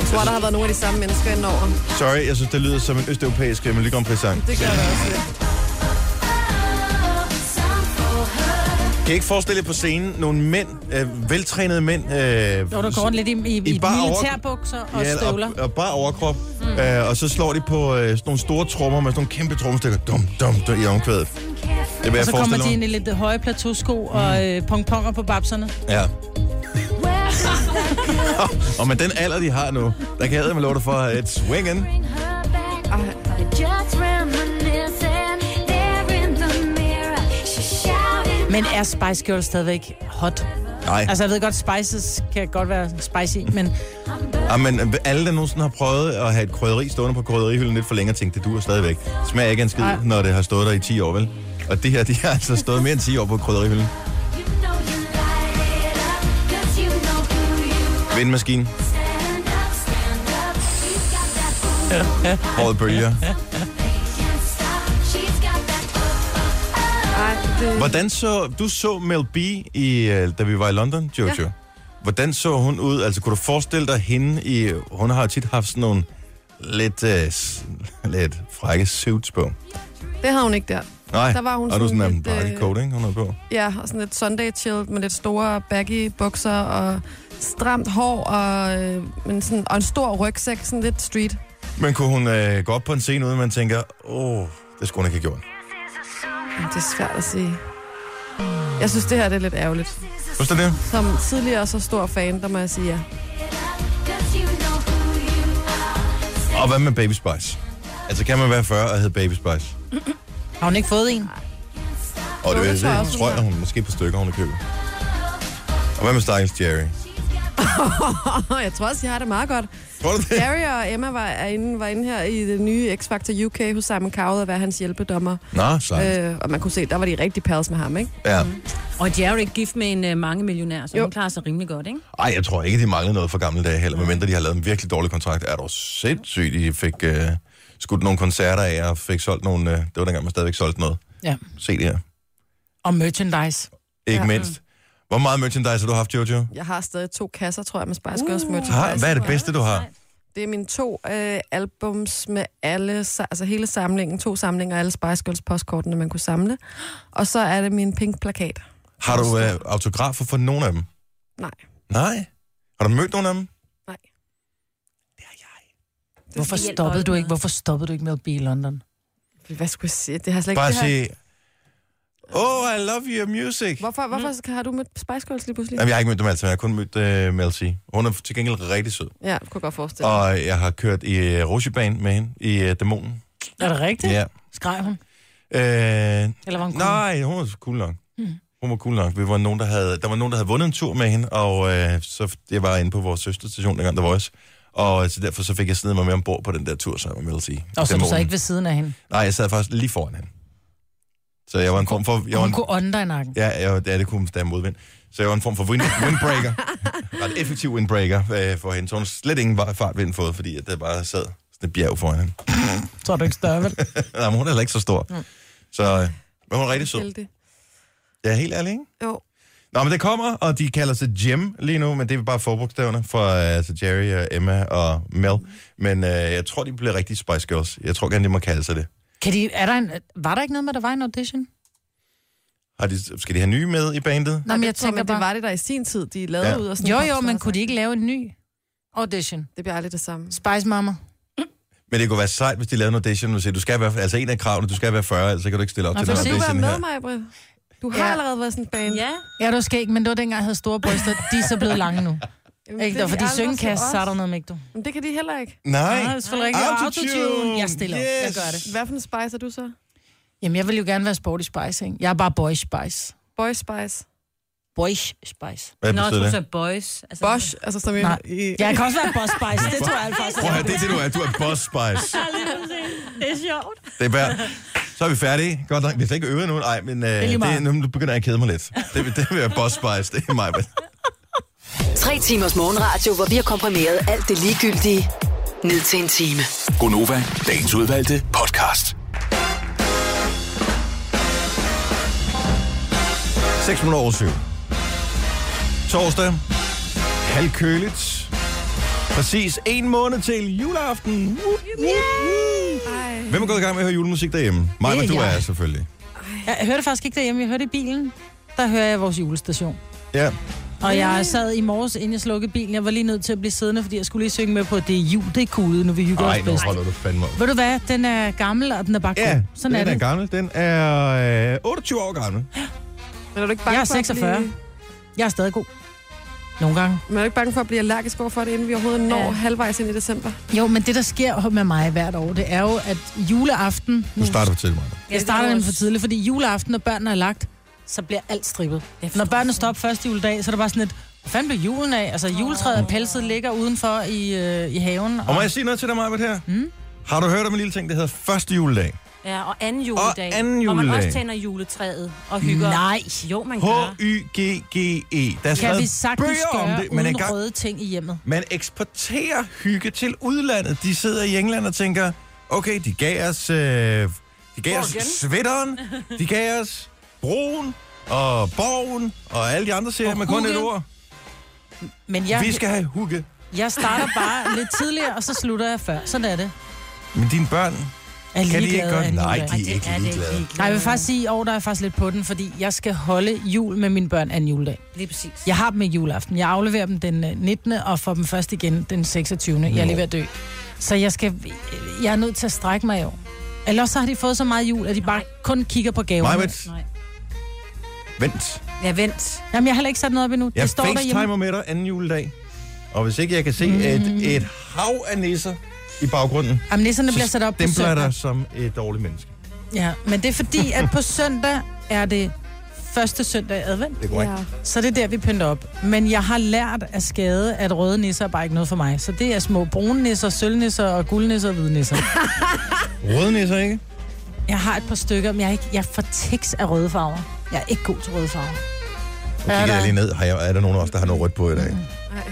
Speaker 3: Jeg tror, der har været nogle af de samme mennesker inden over.
Speaker 1: Sorry, jeg synes, det lyder som en østeuropæisk øh, Melodi Grand Prix-sang.
Speaker 3: Det gør det også lidt.
Speaker 1: Kan I ikke forestille jer på scenen nogle mænd, øh, veltrænede mænd, øh,
Speaker 2: Jo, der går lidt i, i,
Speaker 1: I
Speaker 2: i,
Speaker 1: bare over-
Speaker 2: militærbukser og
Speaker 1: ja,
Speaker 2: støvler.
Speaker 1: og, og bare overkrop, mm. øh, og så slår de på øh, sådan nogle store trommer med sådan nogle kæmpe trommestykker. Dum, dum, dum, i omkvædet. Det vil
Speaker 2: Og
Speaker 1: jeg
Speaker 2: så kommer
Speaker 1: forestille
Speaker 2: de
Speaker 1: mig.
Speaker 2: ind i lidt høje plateausko
Speaker 1: Mm.
Speaker 2: og øh, pongponger på babserne.
Speaker 1: Ja. og med den alder, de har nu, der kan jeg med lov dig for et swingen.
Speaker 3: Ej,
Speaker 2: Men er Spice Girls stadigvæk hot?
Speaker 1: Nej.
Speaker 2: Altså, jeg ved godt, spices kan godt være spicy, men
Speaker 1: Ja, Ah, men øh, alle, der nogensinde har prøvet at have et krydderi stående på krydderihylden lidt for længe, og tænkt, det duer stadigvæk. Det smager ikke af en skid,
Speaker 2: Nej.
Speaker 1: når det har stået der i 10 år, vel? Og det her, de har altså stået mere end 10 år på krydderihylden. Vindmaskinen, håret bølger.
Speaker 8: oh,
Speaker 1: Hvordan så... Du så Mel B, i, øh, da vi var i London, Jojo. Ja. Hvordan så hun ud? Altså, kunne du forestille dig hende i... Hun har jo tit haft sådan nogle lidt, øh, s- lidt frække suits på.
Speaker 3: Det havde hun ikke der.
Speaker 1: Nej,
Speaker 3: Der var hun
Speaker 1: og du
Speaker 3: sådan
Speaker 1: sådan en
Speaker 3: lidt, øh,
Speaker 1: partycoat, ikke? Hun havde på.
Speaker 3: Ja, og sådan lidt Sunday chill med lidt store baggy bukser og stramt hår og, øh, men sådan, og en stor rygsæk, sådan lidt street.
Speaker 1: Men kunne hun øh, gå op på en scene, uden man tænker, åh, oh, det skulle hun ikke have gjort.
Speaker 3: Men det er svært at sige. Jeg synes, det her det er lidt ærgerligt.
Speaker 1: Forstår du det?
Speaker 3: Som tidligere så stor fan, der må jeg sige ja.
Speaker 1: Og hvad med Baby Spice? Altså, kan man være 40 og hedde Baby Spice?
Speaker 2: har hun ikke fået en?
Speaker 1: Og det,
Speaker 3: Jo,
Speaker 1: det,
Speaker 3: det
Speaker 1: det
Speaker 3: tror jeg også,
Speaker 1: tror jeg,
Speaker 3: hun har.
Speaker 1: hun måske på stykker, hun har købt. Og hvad med Stakkels Jerry?
Speaker 3: Og jeg tror også, jeg har det meget godt.
Speaker 1: Tror du det?
Speaker 3: Gary og Emma var er inde, var inde her i det nye X-Factor UK hos Simon Cowell og være hans hjælpedommer.
Speaker 1: Nå, sejt.
Speaker 3: Øh, mm. og man kunne se, der var de rigtig pals med ham, ikke?
Speaker 1: Ja.
Speaker 4: Og Jerry er gift med en uh, mange millionær, så
Speaker 3: Jo.
Speaker 4: hun klarer sig rimelig godt, ikke?
Speaker 1: Ej, jeg tror ikke, de mangler noget fra gamle dage heller, medmindre de har lavet en virkelig dårlig kontrakt. Er du sindssygt, de fik øh, skudt nogle koncerter af og fik solgt nogle... Øh, det var dengang, man stadigvæk solgte noget.
Speaker 2: Ja.
Speaker 1: Se det her.
Speaker 2: Og merchandise.
Speaker 1: Ikke ja. mindst. Hvor meget merchandise har du haft, Jojo?
Speaker 3: Jeg har stadig to kasser, tror jeg, med Spice Girls uh, merchandise.
Speaker 1: Har, hvad er det bedste, du har?
Speaker 3: Det er mine to øh, albums med alle, sa- altså hele samlingen, to samlinger af alle Spice Girls postkortene, man kunne samle. Og så er det min pink plakat.
Speaker 1: Har du øh, autografer for nogen af dem?
Speaker 3: Nej,
Speaker 1: Nej. Har du mødt nogen af dem?
Speaker 3: nej.
Speaker 2: Hvorfor
Speaker 4: hjælper
Speaker 2: stoppede
Speaker 4: ikke
Speaker 2: du
Speaker 4: noget.
Speaker 2: ikke? Hvorfor stoppede du ikke med at blive i London?
Speaker 3: Hvad skulle jeg sige? Det har jeg slet ikke...
Speaker 1: Bare
Speaker 3: det har...
Speaker 1: sige, oh, I love your music.
Speaker 3: Hvorfor,
Speaker 2: Mm.
Speaker 3: hvorfor har du med Spice Girls lige pludselig?
Speaker 1: Jamen, jeg har ikke mødt dem alle sammen. Jeg har kun mødt uh, Mel C. Hun er til gengæld rigtig sød.
Speaker 3: Ja, kunne jeg godt forestille mig.
Speaker 1: Og jeg har kørt i uh, rushebane med hende i uh, Dæmonen.
Speaker 2: Er det rigtigt?
Speaker 1: Ja.
Speaker 2: Skreg hun?
Speaker 1: Øh,
Speaker 2: Eller var hun cool?
Speaker 1: nej, hun var cool nok.
Speaker 2: Hmm.
Speaker 1: Hun var cool nok. Vi var nogen, der, havde, der var nogen, der havde vundet en tur med hende, og øh, så jeg var inde på vores søsterstation dengang, der var også. Og øh, så derfor så fik jeg snedet mig med ombord på den der tur sammen med Mel C. i
Speaker 2: Og så du så
Speaker 1: Dæmonen.
Speaker 2: ikke ved siden af hende.
Speaker 1: Nej, jeg sad faktisk lige foran hende. Så jeg var en form for... Jeg
Speaker 2: Og
Speaker 1: var
Speaker 2: hun
Speaker 1: en,
Speaker 2: kunne ånde dig i nakken.
Speaker 1: ja, jeg, var- ja, det kunne der er modvind. Så jeg var en form for wind, windbreaker. Ret effektiv windbreaker øh, for hende. Så hun har slet ingen var- fartvind fået, fordi at der bare sad sådan et bjerg foran hende.
Speaker 2: Tror du ikke større, vel?
Speaker 1: Nej, men hun er heller ikke så stor. Så øh, men hun er rigtig sød.
Speaker 3: Heldig.
Speaker 1: Jeg er helt ærlig, ikke?
Speaker 3: Jo.
Speaker 1: Nå, men det kommer, og de kalder sig Jim lige nu, men det er bare forbrugsdævne for øh, altså Jerry og Emma og Mel. Men øh, jeg tror, de bliver rigtig Spice Girls. Jeg tror gerne, de må kalde sig det.
Speaker 2: Kan de, er der en, var der ikke noget med, at der var en audition?
Speaker 1: Har de, skal de have nye med i bandet?
Speaker 2: Nå, men jeg
Speaker 3: Jeg tror,
Speaker 2: tænker
Speaker 3: men det
Speaker 2: bare...
Speaker 3: var det der i sin tid, de lavede
Speaker 1: Ja.
Speaker 3: ud. Og sådan
Speaker 2: Jo,
Speaker 3: noget.
Speaker 2: jo, men kunne de ikke lave en ny audition?
Speaker 3: Det bliver aldrig det samme.
Speaker 2: Spice Mama.
Speaker 1: Men det kunne være sejt, hvis de lavede en audition, og siger, du skal være, altså en af kravene, du skal være 40, ellers så kan du ikke stille op
Speaker 2: Nå,
Speaker 1: til den
Speaker 2: præcis.
Speaker 3: Vil du være
Speaker 1: audition
Speaker 3: med
Speaker 1: her.
Speaker 3: mig, Britt? Du har
Speaker 2: Ja.
Speaker 3: allerede været sådan en fan.
Speaker 4: Ja.
Speaker 2: Ja, du skal ikke, men det var dengang, jeg havde store bryster. De er så blevet lange nu.
Speaker 3: Jamen,
Speaker 2: Ikke?
Speaker 3: det
Speaker 2: Og
Speaker 3: er
Speaker 2: fordi
Speaker 3: de andre
Speaker 2: syngekast,
Speaker 3: til os.
Speaker 2: så er der noget med, ikke du?
Speaker 3: Men det kan de heller ikke.
Speaker 1: Nej.
Speaker 2: Nej, det er selvfølgelig rigtigt. Autotune. Jeg stiller op. Jeg gør det.
Speaker 3: Hvad for en Spice er du så?
Speaker 2: Jamen, jeg vil jo gerne være sporty spice, ikke? Jeg er bare boy spice.
Speaker 3: Boy Spice.
Speaker 2: Boyish spice.
Speaker 1: Hvad
Speaker 4: Nå, jeg tror,
Speaker 1: betyder
Speaker 4: så
Speaker 1: det?
Speaker 4: er boys. Altså,
Speaker 3: Bosch, altså som i...
Speaker 2: Nej.
Speaker 3: i
Speaker 2: Jeg kan også være boss spice, det tror jeg altså faktisk.
Speaker 1: Prøv at høre, det er det, du er. Du er boss Spice.
Speaker 4: Det er sjovt.
Speaker 1: Det er bare... Så er vi færdige. Godt nok. Vi har slet ikke øvet nu. Nej, men øh,
Speaker 2: lige
Speaker 1: det,
Speaker 2: meget.
Speaker 1: det, nu begynder jeg at kede mig lidt. Det, det vil være boss Spice. Det er mig. men-
Speaker 6: Tre timers morgenradio, hvor vi har komprimeret alt det ligegyldige ned til en time.
Speaker 5: Gonova, dagens udvalgte podcast.
Speaker 1: 6 minutter over 7. Torsdag. Halvkøligt. Præcis en måned til juleaften.
Speaker 3: Ej,
Speaker 1: Hvem er gået i gang med at høre julemusik derhjemme? Mig,
Speaker 2: Det
Speaker 1: hvad
Speaker 2: er
Speaker 1: du
Speaker 2: jeg.
Speaker 1: er, selvfølgelig.
Speaker 2: Jeg hørte det faktisk ikke derhjemme, jeg hørte det i bilen. Der hører jeg vores julestation.
Speaker 1: Ja.
Speaker 2: Og jeg sad i morges, inden jeg slukkede bilen. Jeg var lige nødt til at blive siddende, fordi jeg skulle lige synge med på, at det er jul, det er cool, nu vi hygger
Speaker 1: Ej,
Speaker 2: os
Speaker 1: nu
Speaker 2: bedst.
Speaker 1: holder du fandme op.
Speaker 2: Ved du hvad, den er gammel, og den er bare cool.
Speaker 1: Ja,
Speaker 2: Sådan
Speaker 1: den
Speaker 2: er
Speaker 1: er
Speaker 2: det. Hm.
Speaker 1: gammel. Den er øh, 28 år gammel.
Speaker 3: men er du ikke bange
Speaker 2: Jeg er
Speaker 3: for at
Speaker 2: 46.
Speaker 3: Blive,
Speaker 2: Jeg er stadig god. Nogle gange.
Speaker 3: men er du ikke bange for at blive allergisk overfor det, inden vi overhovedet når
Speaker 2: Ja.
Speaker 3: ja. halvvejs ind i december?
Speaker 2: Jo, men det, der sker med mig hvert år, det er jo, at juleaften...
Speaker 1: Nu starter vi til mig.
Speaker 2: Jeg starter nemlig for tidligt, fordi juleaften, når børnene er lagt, så bliver alt strippet. Når børnene står op første juledag, så er det bare sådan lidt, hvad fanden blev julen af? Altså juletræet er pelset ligger udenfor i, øh, i haven.
Speaker 1: Og må jeg sige noget til dig, Maja, her?
Speaker 2: Hm?
Speaker 1: Mm? Har du hørt om en lille ting, der hedder første juledag?
Speaker 4: Ja, og anden juledag.
Speaker 1: anden
Speaker 4: Og man
Speaker 1: juledag.
Speaker 4: også tænder juletræet og hygger.
Speaker 2: Nej.
Speaker 4: Jo, man gør.
Speaker 1: H-Y-G-G-E. E. Der er
Speaker 2: Kan vi
Speaker 1: skrevet
Speaker 2: sagtens
Speaker 1: bøger om
Speaker 2: gøre
Speaker 1: det, men
Speaker 2: uden
Speaker 1: en gang
Speaker 2: røde ting i hjemmet?
Speaker 1: Man eksporterer hygge til udlandet. De sidder i England og tænker, okay, de gav os, øh, de gav os svitteren, de gav os broen og borgen og alle de andre serier
Speaker 2: Og
Speaker 1: med kun et
Speaker 2: Hugge.
Speaker 1: ord.
Speaker 2: Men
Speaker 1: Ja.
Speaker 2: jeg,
Speaker 1: Vi skal have hugge.
Speaker 2: jeg starter bare lidt tidligere, og så slutter jeg før. Sådan er det.
Speaker 1: Men dine børn,
Speaker 2: Er
Speaker 1: kan de ikke
Speaker 2: ligeglade
Speaker 1: godt?
Speaker 2: anden
Speaker 1: Nej,
Speaker 2: juledag.
Speaker 1: de er ikke ligeglade.
Speaker 2: Nej, jeg vil faktisk sige, at der er jeg faktisk lidt på den, fordi jeg skal holde jul med mine børn anden juledag.
Speaker 4: Lige præcis.
Speaker 2: Jeg har dem i juleaften. Jeg afleverer dem den øh, 19. og får dem først igen den 26. Jeg er lige ved at dø. Så jeg, skal, jeg er nødt til at strække mig i år. Ellers så har de fået så meget jul, at de bare kun kigger på gaven.
Speaker 1: Majbet,
Speaker 4: Nej.
Speaker 1: vent.
Speaker 4: Ja, vent.
Speaker 2: Jamen, jeg har heller ikke sat noget op endnu.
Speaker 1: Jeg
Speaker 2: det står derhjemme. Mm.
Speaker 1: facetimer med dig anden juledag. Og hvis ikke jeg kan se et, et hav af nisser i baggrunden,
Speaker 2: Jamen, nisserne bliver sat
Speaker 1: så
Speaker 2: op på
Speaker 1: stempler jeg
Speaker 2: søndag.
Speaker 1: dig som et dårligt menneske.
Speaker 2: Ja, men det er fordi, at på søndag er det første søndag i advent.
Speaker 1: Det er korrekt.
Speaker 3: Ja.
Speaker 2: Så det er der, vi pynter op. Men jeg har lært af skade, at røde nisser er bare ikke noget for mig. Så det er små brune nisser, sølvnisser og guldnisser og hvide nisser.
Speaker 1: Røde nisser, ikke?
Speaker 2: Jeg har et par stykker, men jeg er, ikke, jeg er for tiks af røde farver. Jeg er ikke god til røde farver.
Speaker 1: Nu kigger jeg lige ned. Har jeg, er der nogen af os, der har noget rødt på i dag?
Speaker 3: Ej,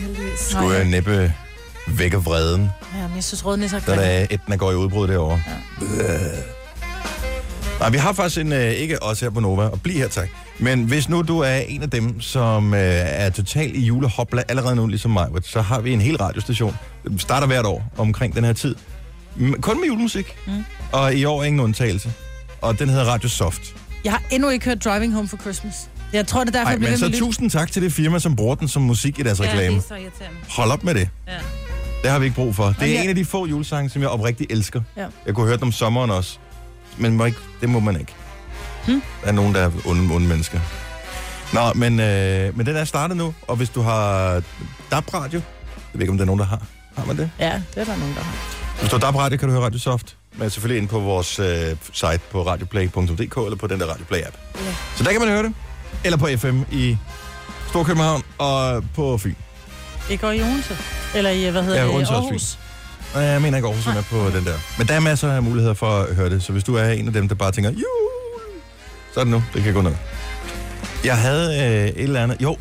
Speaker 3: heldigvis.
Speaker 1: Skulle jeg næppe vække vreden,
Speaker 2: Ja, men jeg synes, røde nisser er
Speaker 1: da der
Speaker 2: grimme.
Speaker 1: er et, der går i udbrud derovre? Øh. Nej, vi har faktisk en, øh, ikke os her på Nova, og bliv her, tak. Men hvis nu du er en af dem, som øh, er total i julehopla allerede nu, ligesom mig, så har vi en hel radiostation. Den starter hvert år omkring den her tid. M- Kun med julemusik. Mm. Og i år er ingen undtagelse. Og den hedder Radio Soft.
Speaker 2: Jeg har endnu ikke hørt Driving Home for Christmas. Jeg tror, det er derfor,
Speaker 1: Ej,
Speaker 2: jeg bliver
Speaker 1: men
Speaker 2: ved med
Speaker 1: så
Speaker 2: at lytte.
Speaker 1: tusind tak til det firma, som bruger den som musik i deres
Speaker 4: Ja, det
Speaker 1: reklame.
Speaker 4: er så irriterende.
Speaker 1: Hold op med det.
Speaker 4: Ja.
Speaker 1: Det har vi ikke brug for. Det er
Speaker 2: Jamen, jeg-
Speaker 1: en af de få julesange, som jeg oprigtigt elsker.
Speaker 2: Ja.
Speaker 1: Jeg kunne høre dem om sommeren også. Men må ikke, det må man ikke.
Speaker 2: Hm?
Speaker 1: Hmm? Der er nogen, der er onde, onde mennesker. Nå, men, øh, men den er startet nu, og hvis du har DAB-radio, jeg ved ikke, om der er nogen, der har. Har man det?
Speaker 2: Ja, det er der nogen, der har.
Speaker 1: Hvis du har DAB-radio, kan du høre Radio Soft. Men selvfølgelig ind på vores øh, site på radioplay.dk eller på den der Radioplay-app. Yeah. Så der kan man høre det. Eller på FM i Storkøbenhavn og på Fyn.
Speaker 2: Ikke i Odense. Eller i, hvad hedder
Speaker 1: Ja,
Speaker 2: det,
Speaker 1: Odense og
Speaker 2: Aarhus.
Speaker 1: Nej, jeg mener ikke Aarhus er med på den der. Men der er masser af muligheder for at høre det, så hvis du er en af dem, der bare tænker, jul, så er det nu, det kan gå ned. Jeg havde øh, et eller andet, jo,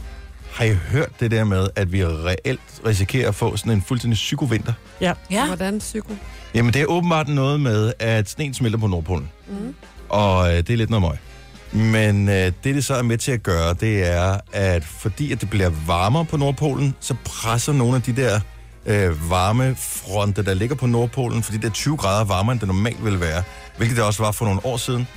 Speaker 1: har I hørt det der med, at vi reelt risikerer at få sådan en fuldstændig psykovinter?
Speaker 2: Ja.
Speaker 4: Ja.
Speaker 3: Hvordan psyko?
Speaker 1: Jamen, det er åbenbart noget med, at sneen smelter på Nordpolen. Mm. Og øh, det er lidt noget møg. Men øh, det, det så er med til at gøre, det er, at fordi at det bliver varmere på Nordpolen, så presser nogle af de der øh, varme fronter, der ligger på Nordpolen, fordi det er 20 grader varmere, end det normalt ville være, hvilket det også var for nogle år siden.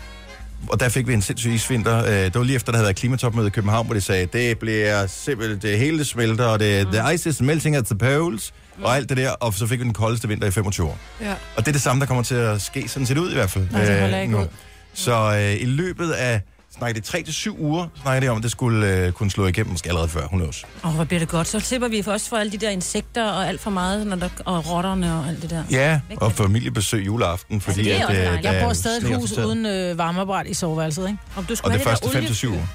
Speaker 1: Og der fik vi en sindssyg isvinter. Øh, det var lige efter, der havde været klimatopmøde i København, hvor de sagde, det bliver simpelthen, det hele det smelter, og det, mm. the ice is melting at the poles, mm. og alt det der, og så fik vi den koldeste vinter i 25 år.
Speaker 3: Ja.
Speaker 1: Og det er det samme, der kommer til at ske, sådan set ud i hvert fald.
Speaker 2: Nej, det holder
Speaker 1: øh,
Speaker 2: ikke ud.
Speaker 1: Så øh, i løbet af, snakker det 3-7 uger, snakker det om, at det skulle øh, kunne slå igennem, måske allerede før, hun knows.
Speaker 4: Åh, hvor bliver det godt. Så slipper vi for også for alle de der insekter og alt for meget, når der, og rotterne og alt det der.
Speaker 1: Ja,
Speaker 4: Væk
Speaker 1: og
Speaker 4: med det.
Speaker 1: familiebesøg juleaften,
Speaker 2: Altså,
Speaker 1: fordi
Speaker 4: det er
Speaker 1: at,
Speaker 4: også
Speaker 1: øh,
Speaker 4: dejligt.
Speaker 1: der
Speaker 2: Jeg
Speaker 1: er
Speaker 2: bor stadig i
Speaker 1: sne
Speaker 2: et hus
Speaker 1: resultatet.
Speaker 2: uden øh, varmeapparat i soveværelset, ikke?
Speaker 4: Om du skulle
Speaker 1: Og det
Speaker 4: have
Speaker 1: første
Speaker 4: det
Speaker 1: 5-7
Speaker 4: der
Speaker 1: uger.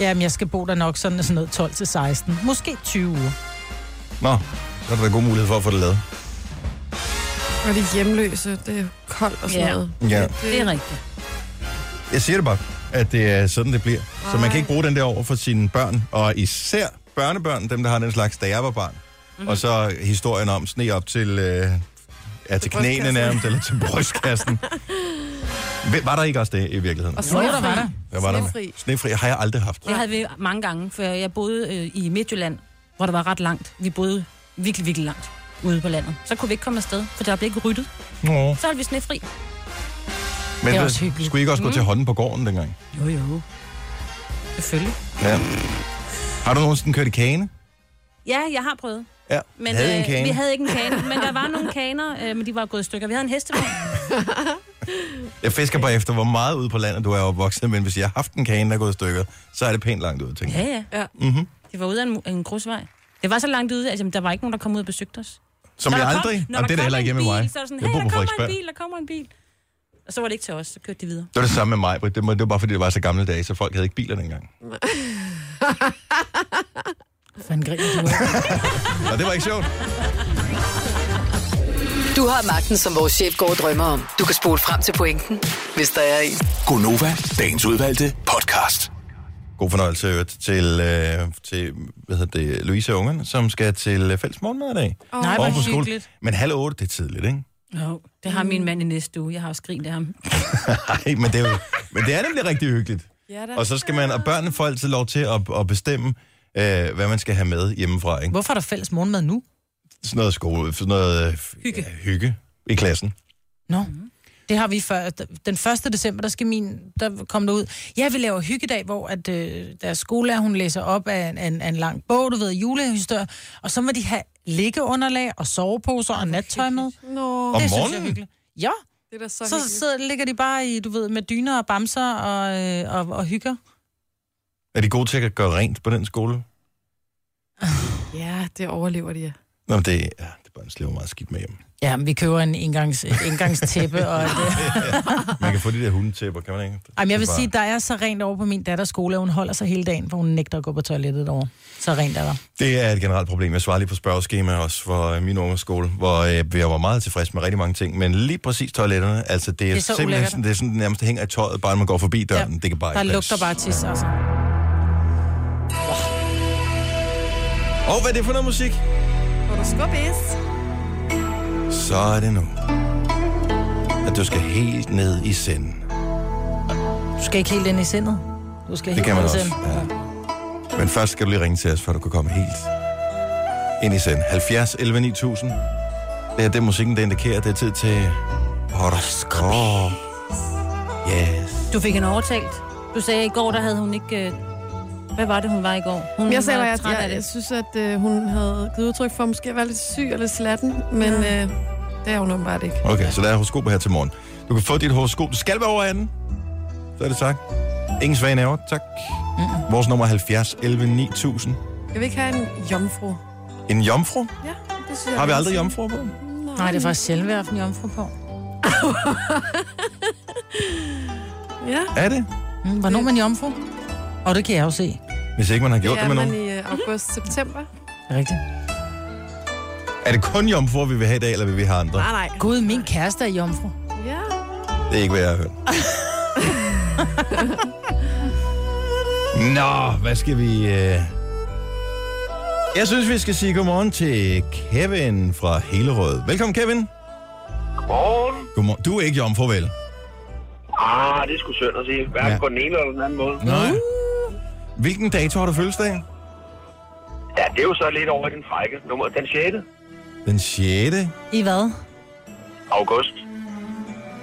Speaker 2: Jamen, jeg skal bo der nok sådan, sådan noget 12-16. Måske 20 uger.
Speaker 1: Nå, så er der da god mulighed for at få det lavet.
Speaker 3: Og de hjemløse, det er koldt og sådan
Speaker 4: Ja.
Speaker 3: noget.
Speaker 1: Ja.
Speaker 4: Det er rigtigt.
Speaker 1: Jeg siger det bare, at det er sådan, det bliver. Så man kan ikke bruge den der over for sine børn, og især børnebørn, dem der har den slags, da jeg var barn. Mm-hmm. Og så historien om sne op til, øh, ja, til knæene
Speaker 3: brystkassen.
Speaker 1: nærmest, eller til brystkassen. Hvem- var der ikke også det i virkeligheden?
Speaker 3: Og
Speaker 2: Jo,
Speaker 3: snor
Speaker 2: der var der.
Speaker 1: Hvad var der?
Speaker 3: snefri.
Speaker 1: Snefri har jeg aldrig haft.
Speaker 4: Det havde vi mange gange, for jeg boede øh, i Midtjylland, hvor der var ret langt. Vi boede virkelig, virkelig langt ude på landet. Så kunne vi ikke komme afsted, for der blev ikke ryddet.
Speaker 1: Nå.
Speaker 4: Så holdt vi snefri.
Speaker 1: Men
Speaker 2: Det er
Speaker 1: så-
Speaker 2: også hyggeligt.
Speaker 1: skulle I ikke også gå til hånden på gården dengang?
Speaker 4: Jo, jo. Selvfølgelig.
Speaker 1: Ja. Har du nogensinde kørt i kane?
Speaker 4: Ja, jeg har prøvet.
Speaker 1: Ja,
Speaker 4: Men, øh,
Speaker 1: havde I en kane.
Speaker 4: vi havde ikke en kane, men der var nogle kaner, øh, men de var gået i stykker. Vi havde en hestevogn.
Speaker 1: Jeg fisker bare efter, hvor meget ude på landet du er opvokset, men hvis jeg har haft en kane, der er gået i stykker, så er det pænt langt ud, tænker jeg.
Speaker 4: Ja, ja.
Speaker 3: Ja.
Speaker 4: Mm-hmm.
Speaker 1: Mhm.
Speaker 4: Det var ude af en, en grusvej. Det var så langt ude, at altså, der var ikke nogen, der kom ud og besøgte os.
Speaker 1: Som
Speaker 4: Når
Speaker 1: jeg
Speaker 4: der kom-
Speaker 1: aldrig,
Speaker 4: når
Speaker 1: og det er
Speaker 4: der
Speaker 1: da heller
Speaker 4: kommer
Speaker 1: ikke
Speaker 4: en
Speaker 1: hjemme med
Speaker 4: bil,
Speaker 1: mig.
Speaker 4: Så er det sådan,
Speaker 1: jeg
Speaker 4: hey,
Speaker 1: bor
Speaker 4: der
Speaker 1: på
Speaker 4: kommer en
Speaker 1: Frederiksberg.
Speaker 4: bil, der kommer en bil. Og så var det ikke til os, så kørte de videre.
Speaker 1: Det var det samme med mig, Britt. Det var, det var bare, fordi det var så gamle dage, så folk havde ikke biler dengang.
Speaker 2: Fanden griner du af?
Speaker 1: Nå, det var ikke sjovt.
Speaker 6: Du har magten, som vores chef går og drømmer om. Du kan spole frem til pointen, hvis der er en.
Speaker 5: Gonova, dagens udvalgte podcast.
Speaker 1: God fornøjelse i øvrigt til, øh, til hvad hedder det, Louise og ungerne, som skal til øh, fælles morgenmad i dag.
Speaker 2: Oh. Nej, hvor
Speaker 1: Oven på skole.
Speaker 2: hyggeligt. Mm.
Speaker 1: Men halv otte, det er tidligt, ikke?
Speaker 4: Jo, det har min mand i næste uge. Jeg har også grint af ham.
Speaker 1: Nej, men det er, jo, men det er nemlig rigtig hyggeligt.
Speaker 3: Ja, da.
Speaker 1: Og så skal man, og børnene får altid lov til at, at bestemme, øh, hvad man skal have med hjemmefra, ikke?
Speaker 2: Hvorfor er der fælles morgenmad nu?
Speaker 1: Sådan noget skole, sådan noget øh,
Speaker 4: Hygge.
Speaker 1: Ja, hygge i klassen.
Speaker 2: Nå. Det har vi før. Den 1. december, der skal min, der kom det ud. Ja, vi laver hyggedag, hvor at, øh, deres skolelærer, hun læser op af en, af en, af en lang bog, du ved, julehistorier. Og så må de have liggeunderlag og soveposer og nattøj med.
Speaker 3: Nå,
Speaker 1: Om
Speaker 2: det synes jeg er
Speaker 1: morgenen?
Speaker 2: hyggeligt. Ja,
Speaker 3: det er da så,
Speaker 2: så
Speaker 3: hyggeligt.
Speaker 2: sidder, ligger de bare i, du ved, med dyner og bamser og, øh, og, og hygger.
Speaker 1: Er de gode til at gøre rent på den skole?
Speaker 3: Ja, det overlever de. ja.
Speaker 1: Nå, men det, ja, det er bare en slever meget skidt med hjem.
Speaker 2: Ja, men vi køber en engangs, et engangstæppe. Og et, øh.
Speaker 1: Man kan få de der hundetæpper, kan man ikke?
Speaker 2: Jamen, jeg vil
Speaker 1: Det er
Speaker 2: sige,
Speaker 1: bare-
Speaker 2: der er så rent over på min datters skole, at hun holder sig hele dagen, for hun nægter at gå på toilettet derovre. Så rent er der.
Speaker 1: Det er et generelt problem. Jeg svarer lige på spørgeskema også for øh, min ungers skole, hvor øh, jeg var meget tilfreds med rigtig mange ting, men lige præcis toiletterne, altså det er, det er
Speaker 2: så
Speaker 1: simpelthen
Speaker 2: ulækkert.
Speaker 1: sådan, det er sådan, det nærmest hænger i tøjet, bare når man går forbi døren. Ja. Det kan bare
Speaker 2: Der
Speaker 1: ikke
Speaker 2: lugter
Speaker 1: passe.
Speaker 2: bare tis, altså.
Speaker 1: Og hvad er det for noget musik?
Speaker 3: Hvor der skubbes.
Speaker 1: Så er det nu, at du skal helt ned i senden.
Speaker 2: Du skal ikke helt ind i sindet. Du skal
Speaker 1: Det
Speaker 2: helt
Speaker 1: kan man
Speaker 2: ind i
Speaker 1: også.
Speaker 2: sindet.
Speaker 1: Ja. Men først skal du lige ringe til os, før du kan komme helt ind i senden. 70 11 9000. Det er det, musikken der indikerer. Det er tid til horoskop. Yes.
Speaker 4: Du fik en overtalt. Du sagde, at i går, der havde hun ikke... øh, Hvad var det, hun var i går? Hun
Speaker 3: Men jeg sagde,
Speaker 4: var
Speaker 3: at
Speaker 4: træt af
Speaker 3: jeg, jeg
Speaker 4: det.
Speaker 3: synes, at øh, hun havde givet udtryk for, at hun måske var lidt syg og lidt slatten, men øh, det er hun åbenbart ikke.
Speaker 1: Okay, så der er horoskop her til morgen. Du kan få dit horoskop. Du skal være over anden. Så er det sagt. Ingen svage nerver, tak. Mm-hmm. Vores nummer er 70 11 9000.
Speaker 3: Skal vi ikke have en jomfru?
Speaker 1: En jomfru?
Speaker 3: Ja, det synes jeg.
Speaker 1: Har vi aldrig jomfru på?
Speaker 2: Nej, det er faktisk sjældent, vi har haft en jomfru på.
Speaker 3: Ja,
Speaker 1: Er det?
Speaker 2: Mm, hvornår er man jomfru? Og det kan jeg jo se.
Speaker 1: Hvis ikke man har
Speaker 3: det
Speaker 1: gjort ja,
Speaker 3: er
Speaker 1: det med
Speaker 3: man
Speaker 1: nogen.
Speaker 3: i øh, august-september.
Speaker 2: Rigtigt.
Speaker 1: Er det kun jomfruer, vi vil have i dag, eller vil vi have andre?
Speaker 3: Nej, nej.
Speaker 2: Gud, min kæreste er jomfru.
Speaker 3: Ja.
Speaker 1: Det er ikke, hvad jeg har hørt. Nå, hvad skal vi... Øh... Jeg synes, vi skal sige godmorgen til Kevin fra Hellerød. Velkommen, Kevin.
Speaker 9: Morgen.
Speaker 1: Godmorgen. Du er ikke jomfru, vel?
Speaker 9: Ah, det er sgu synd at sige. Hverken
Speaker 1: Ja.
Speaker 9: ja. på den ene eller den anden måde.
Speaker 1: Nej. Hvilken dato har du fødselsdag?
Speaker 9: Ja, det er jo så lidt over i den frække. Nummer, den 6.
Speaker 1: Den 6. Det
Speaker 2: I hvad?
Speaker 9: august.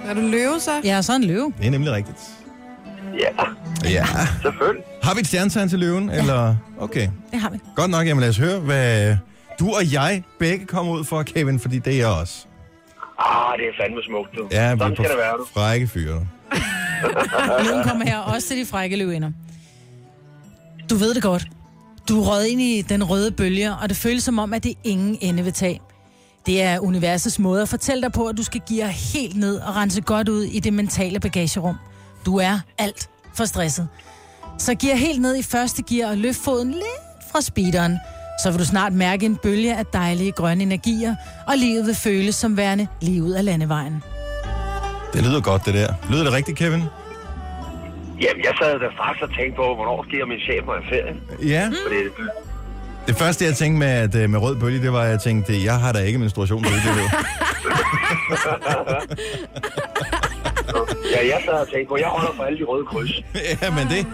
Speaker 3: Er du løve så?
Speaker 2: Jeg er så en løve.
Speaker 1: er nemlig rigtigt.
Speaker 9: Ja,
Speaker 1: Ja.
Speaker 9: selvfølgelig.
Speaker 1: Har vi et stjernetegn til løven, eller? Okay.
Speaker 2: Det har vi.
Speaker 1: Godt nok, jamen lad os høre, hvad du og jeg begge kommer ud for, Kevin, fordi det er jeg også.
Speaker 9: Ah, det er fandme smukt, du.
Speaker 1: Ja, vi er
Speaker 9: Sådan
Speaker 1: på
Speaker 9: skal det være, du.
Speaker 1: frække fyre.
Speaker 2: Løven kommer her også til de frække løvinder. Du ved det godt. Du er røget ind i den røde bølge, og det føles som om, at det ingen ende vil tage. Det er universets måde at fortælle dig på, at du skal give dig helt ned og rense godt ud i det mentale bagagerum. Du er alt for stresset. Så giver helt ned i første gear og løft foden lidt fra speederen. Så vil du snart mærke en bølge af dejlige grønne energier, og livet vil føles som værende lige ud af landevejen.
Speaker 1: Det lyder godt, det der. Lyder det rigtigt, Kevin?
Speaker 9: Jamen, jeg sad der straks og tænkte på, hvornår giver min chef mig en ferie?
Speaker 1: Ja.
Speaker 9: Fordi
Speaker 1: Det første, jeg tænkte med, at, øh, med rød bølge, det var, at jeg tænkte, jeg har da ikke menstruation på det ved.
Speaker 9: ja, jeg sad og tænkte på, jeg holder for alle de røde kryds.
Speaker 1: ja, men det,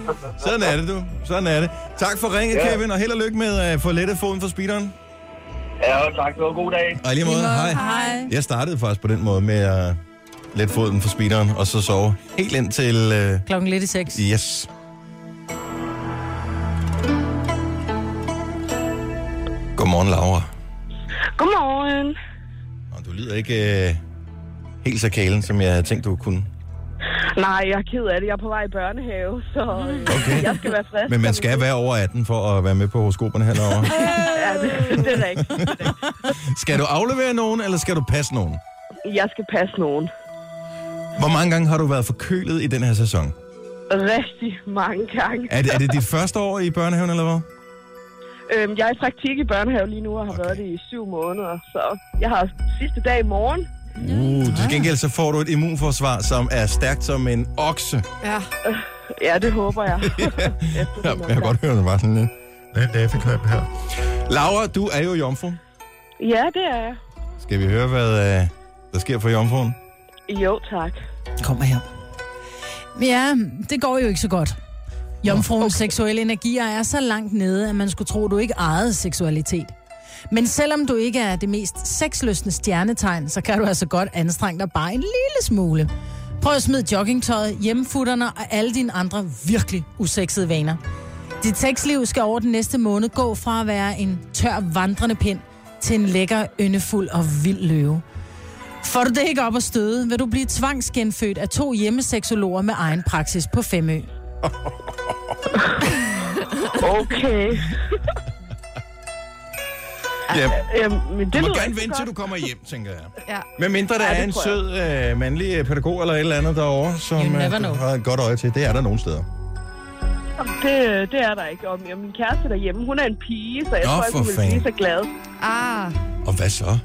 Speaker 1: sådan er det, du. Sådan er det. Tak for ringet, ja.
Speaker 9: Ja.
Speaker 1: Kevin, og held og lykke med øh, at få lettet foden for speederen.
Speaker 9: Ja, og tak. Det var en god dag.
Speaker 1: Og i lige måde, hej.
Speaker 2: Hej.
Speaker 1: Jeg startede faktisk på den måde med at lette foden for speederen, og så sove helt ind til... Øh,
Speaker 2: Klokken lidt i seks.
Speaker 1: yes. Godmorgen, Laura.
Speaker 10: Godmorgen.
Speaker 1: Og du lyder ikke øh, helt så kælen, som jeg tænkte, du kunne.
Speaker 10: Nej, jeg er ked af det. Jeg er på vej i børnehave, så øh,
Speaker 1: Okay.
Speaker 10: jeg skal være frisk.
Speaker 1: Men man skal være over 18 for at være med på horoskoperne herovre.
Speaker 10: Ja, det, det er rigtigt.
Speaker 1: skal du aflevere nogen, eller skal du passe nogen?
Speaker 10: Jeg skal passe nogen.
Speaker 1: Hvor mange gange har du været forkølet i den her sæson?
Speaker 10: Rigtig mange gange.
Speaker 1: Er det, er det dit første år i børnehaven, eller hvad?
Speaker 10: Øhm, jeg er i praktik i børnehave lige nu, og har okay. været det i syv måneder. Så jeg har sidste dag i morgen.
Speaker 1: Uh, til gengæld så får du et immunforsvar, som er stærkt som en okse.
Speaker 3: Ja.
Speaker 10: Ja, det håber jeg. Efter
Speaker 1: Ja,
Speaker 10: det
Speaker 1: jeg kan godt høre, det var sådan lidt. Lidt daffeknap her. Laura, du er jo jomfru.
Speaker 10: Ja, det er jeg.
Speaker 1: Skal vi høre, hvad øh, der sker for jomfruen?
Speaker 10: Jo, tak.
Speaker 2: Kom her. Ja, det går jo ikke så godt. Jomfruens okay. seksuelle energier er så langt nede, at man skulle tro, du ikke ejede seksualitet. Men selvom du ikke er det mest sexløsende stjernetegn, så kan du altså godt anstrenge dig bare en lille smule. Prøv at smide joggingtøjet, hjemmefutterne og alle dine andre virkelig usexede vaner. Dit sexliv skal over den næste måned gå fra at være en tør vandrende pind til en lækker, yndefuld og vild løve. Får du det ikke op at støde, vil du blive tvangsgenfødt af to hjemmeseksologer med egen praksis på Femø.
Speaker 10: Okay.
Speaker 1: Ja,
Speaker 10: Øhm, men det
Speaker 1: du må
Speaker 10: lyder
Speaker 1: gerne
Speaker 10: ikke
Speaker 1: vente,
Speaker 10: så
Speaker 1: til du kommer hjem, tænker jeg.
Speaker 3: ja.
Speaker 1: Men mindre der
Speaker 10: Ej, det
Speaker 1: er en
Speaker 10: tror jeg.
Speaker 1: sød øh, mandlig øh, pædagog eller et eller andet derovre, som
Speaker 2: You
Speaker 1: øh,
Speaker 2: never
Speaker 1: du
Speaker 2: know.
Speaker 1: har et godt øje til. Det er der nogle steder.
Speaker 10: godt. Det, det er der ikke. Og min- min kæreste derhjemme, hun er en pige, så jeg
Speaker 1: Nå,
Speaker 10: tror ikke,
Speaker 1: for
Speaker 10: hun vil blive
Speaker 1: fanden.
Speaker 10: så glad.
Speaker 3: Ah,
Speaker 1: Og hvad så?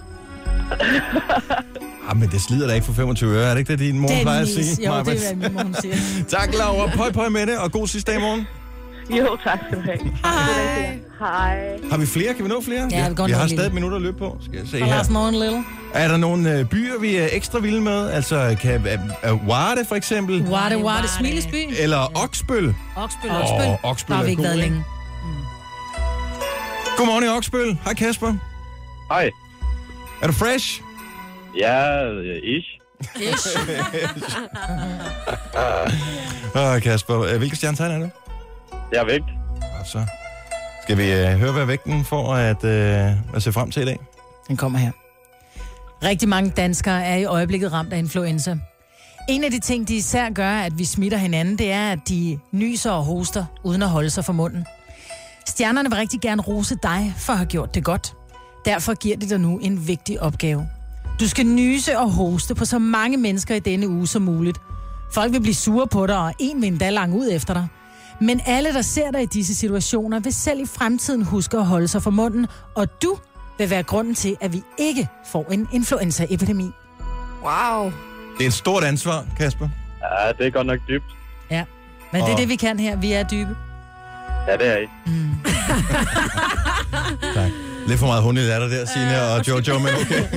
Speaker 1: ah, men det slider da ikke for 25 øre, er det ikke det, din mor plejer at
Speaker 2: Dennis.
Speaker 1: sige?
Speaker 2: Jo,
Speaker 1: Maja?
Speaker 2: det er, hvad min mor hun siger.
Speaker 1: Tak, Laura. Pøj, pøj med det, og god sidste dag i morgen.
Speaker 10: Jo, tak skal du have. Hej. Hej.
Speaker 1: Har vi flere? Kan vi nå flere?
Speaker 2: vi kan godt
Speaker 1: vi
Speaker 2: nå
Speaker 1: har
Speaker 2: en lille.
Speaker 1: stadig et minut at løbe på. Skal jeg se
Speaker 2: Og Lars
Speaker 1: her.
Speaker 2: Norton Little.
Speaker 1: Er der nogle øh, byer, vi er ekstra vilde med? Altså, kan, er, er Varde for eksempel?
Speaker 2: Warte, warte,
Speaker 4: Varde.
Speaker 2: Smilesby.
Speaker 1: Eller Oksbøl?
Speaker 4: Oksbøl.
Speaker 2: Oksbøl.
Speaker 1: Åh, Oksbøl
Speaker 2: Der har
Speaker 1: er
Speaker 2: vi ikke
Speaker 1: god,
Speaker 2: været
Speaker 1: ikke?
Speaker 2: længe.
Speaker 1: Godmorgen i Oksbøl. Hej Kasper.
Speaker 9: Hej.
Speaker 1: Er du fresh?
Speaker 9: Ja, øh, ish.
Speaker 1: Åh, Kasper. øh, Hvilke stjernetegn er du?
Speaker 9: Jeg er vægt.
Speaker 1: Og så skal vi øh, høre, hvad vægten får at, øh, at se frem til i dag.
Speaker 2: Den kommer her. Rigtig mange danskere er i øjeblikket ramt af influenza. En af de ting, de især gør, at vi smitter hinanden, det er, at de nyser og hoster, uden at holde sig for munden. Stjernerne vil rigtig gerne rose dig for at have gjort det godt. Derfor giver det dig nu en vigtig opgave. Du skal nyse og hoste på så mange mennesker i denne uge som muligt. Folk vil blive sure på dig, og en vil endda lange ud efter dig. Men alle, der ser dig i disse situationer, vil selv i fremtiden huske at holde sig for munden, og du vil være grunden til, at vi ikke får en influenzaepidemi.
Speaker 3: wow.
Speaker 1: Det er et stort ansvar, Kasper.
Speaker 9: Ja, det er godt nok dybt.
Speaker 2: Ja. Men det er
Speaker 1: Og-
Speaker 2: det, vi kan her. Vi er dybe.
Speaker 9: Ja, det er I.
Speaker 1: Tak. Lidt for meget hund i latter der, Signe
Speaker 9: Øh,
Speaker 1: og Jojo, men okay.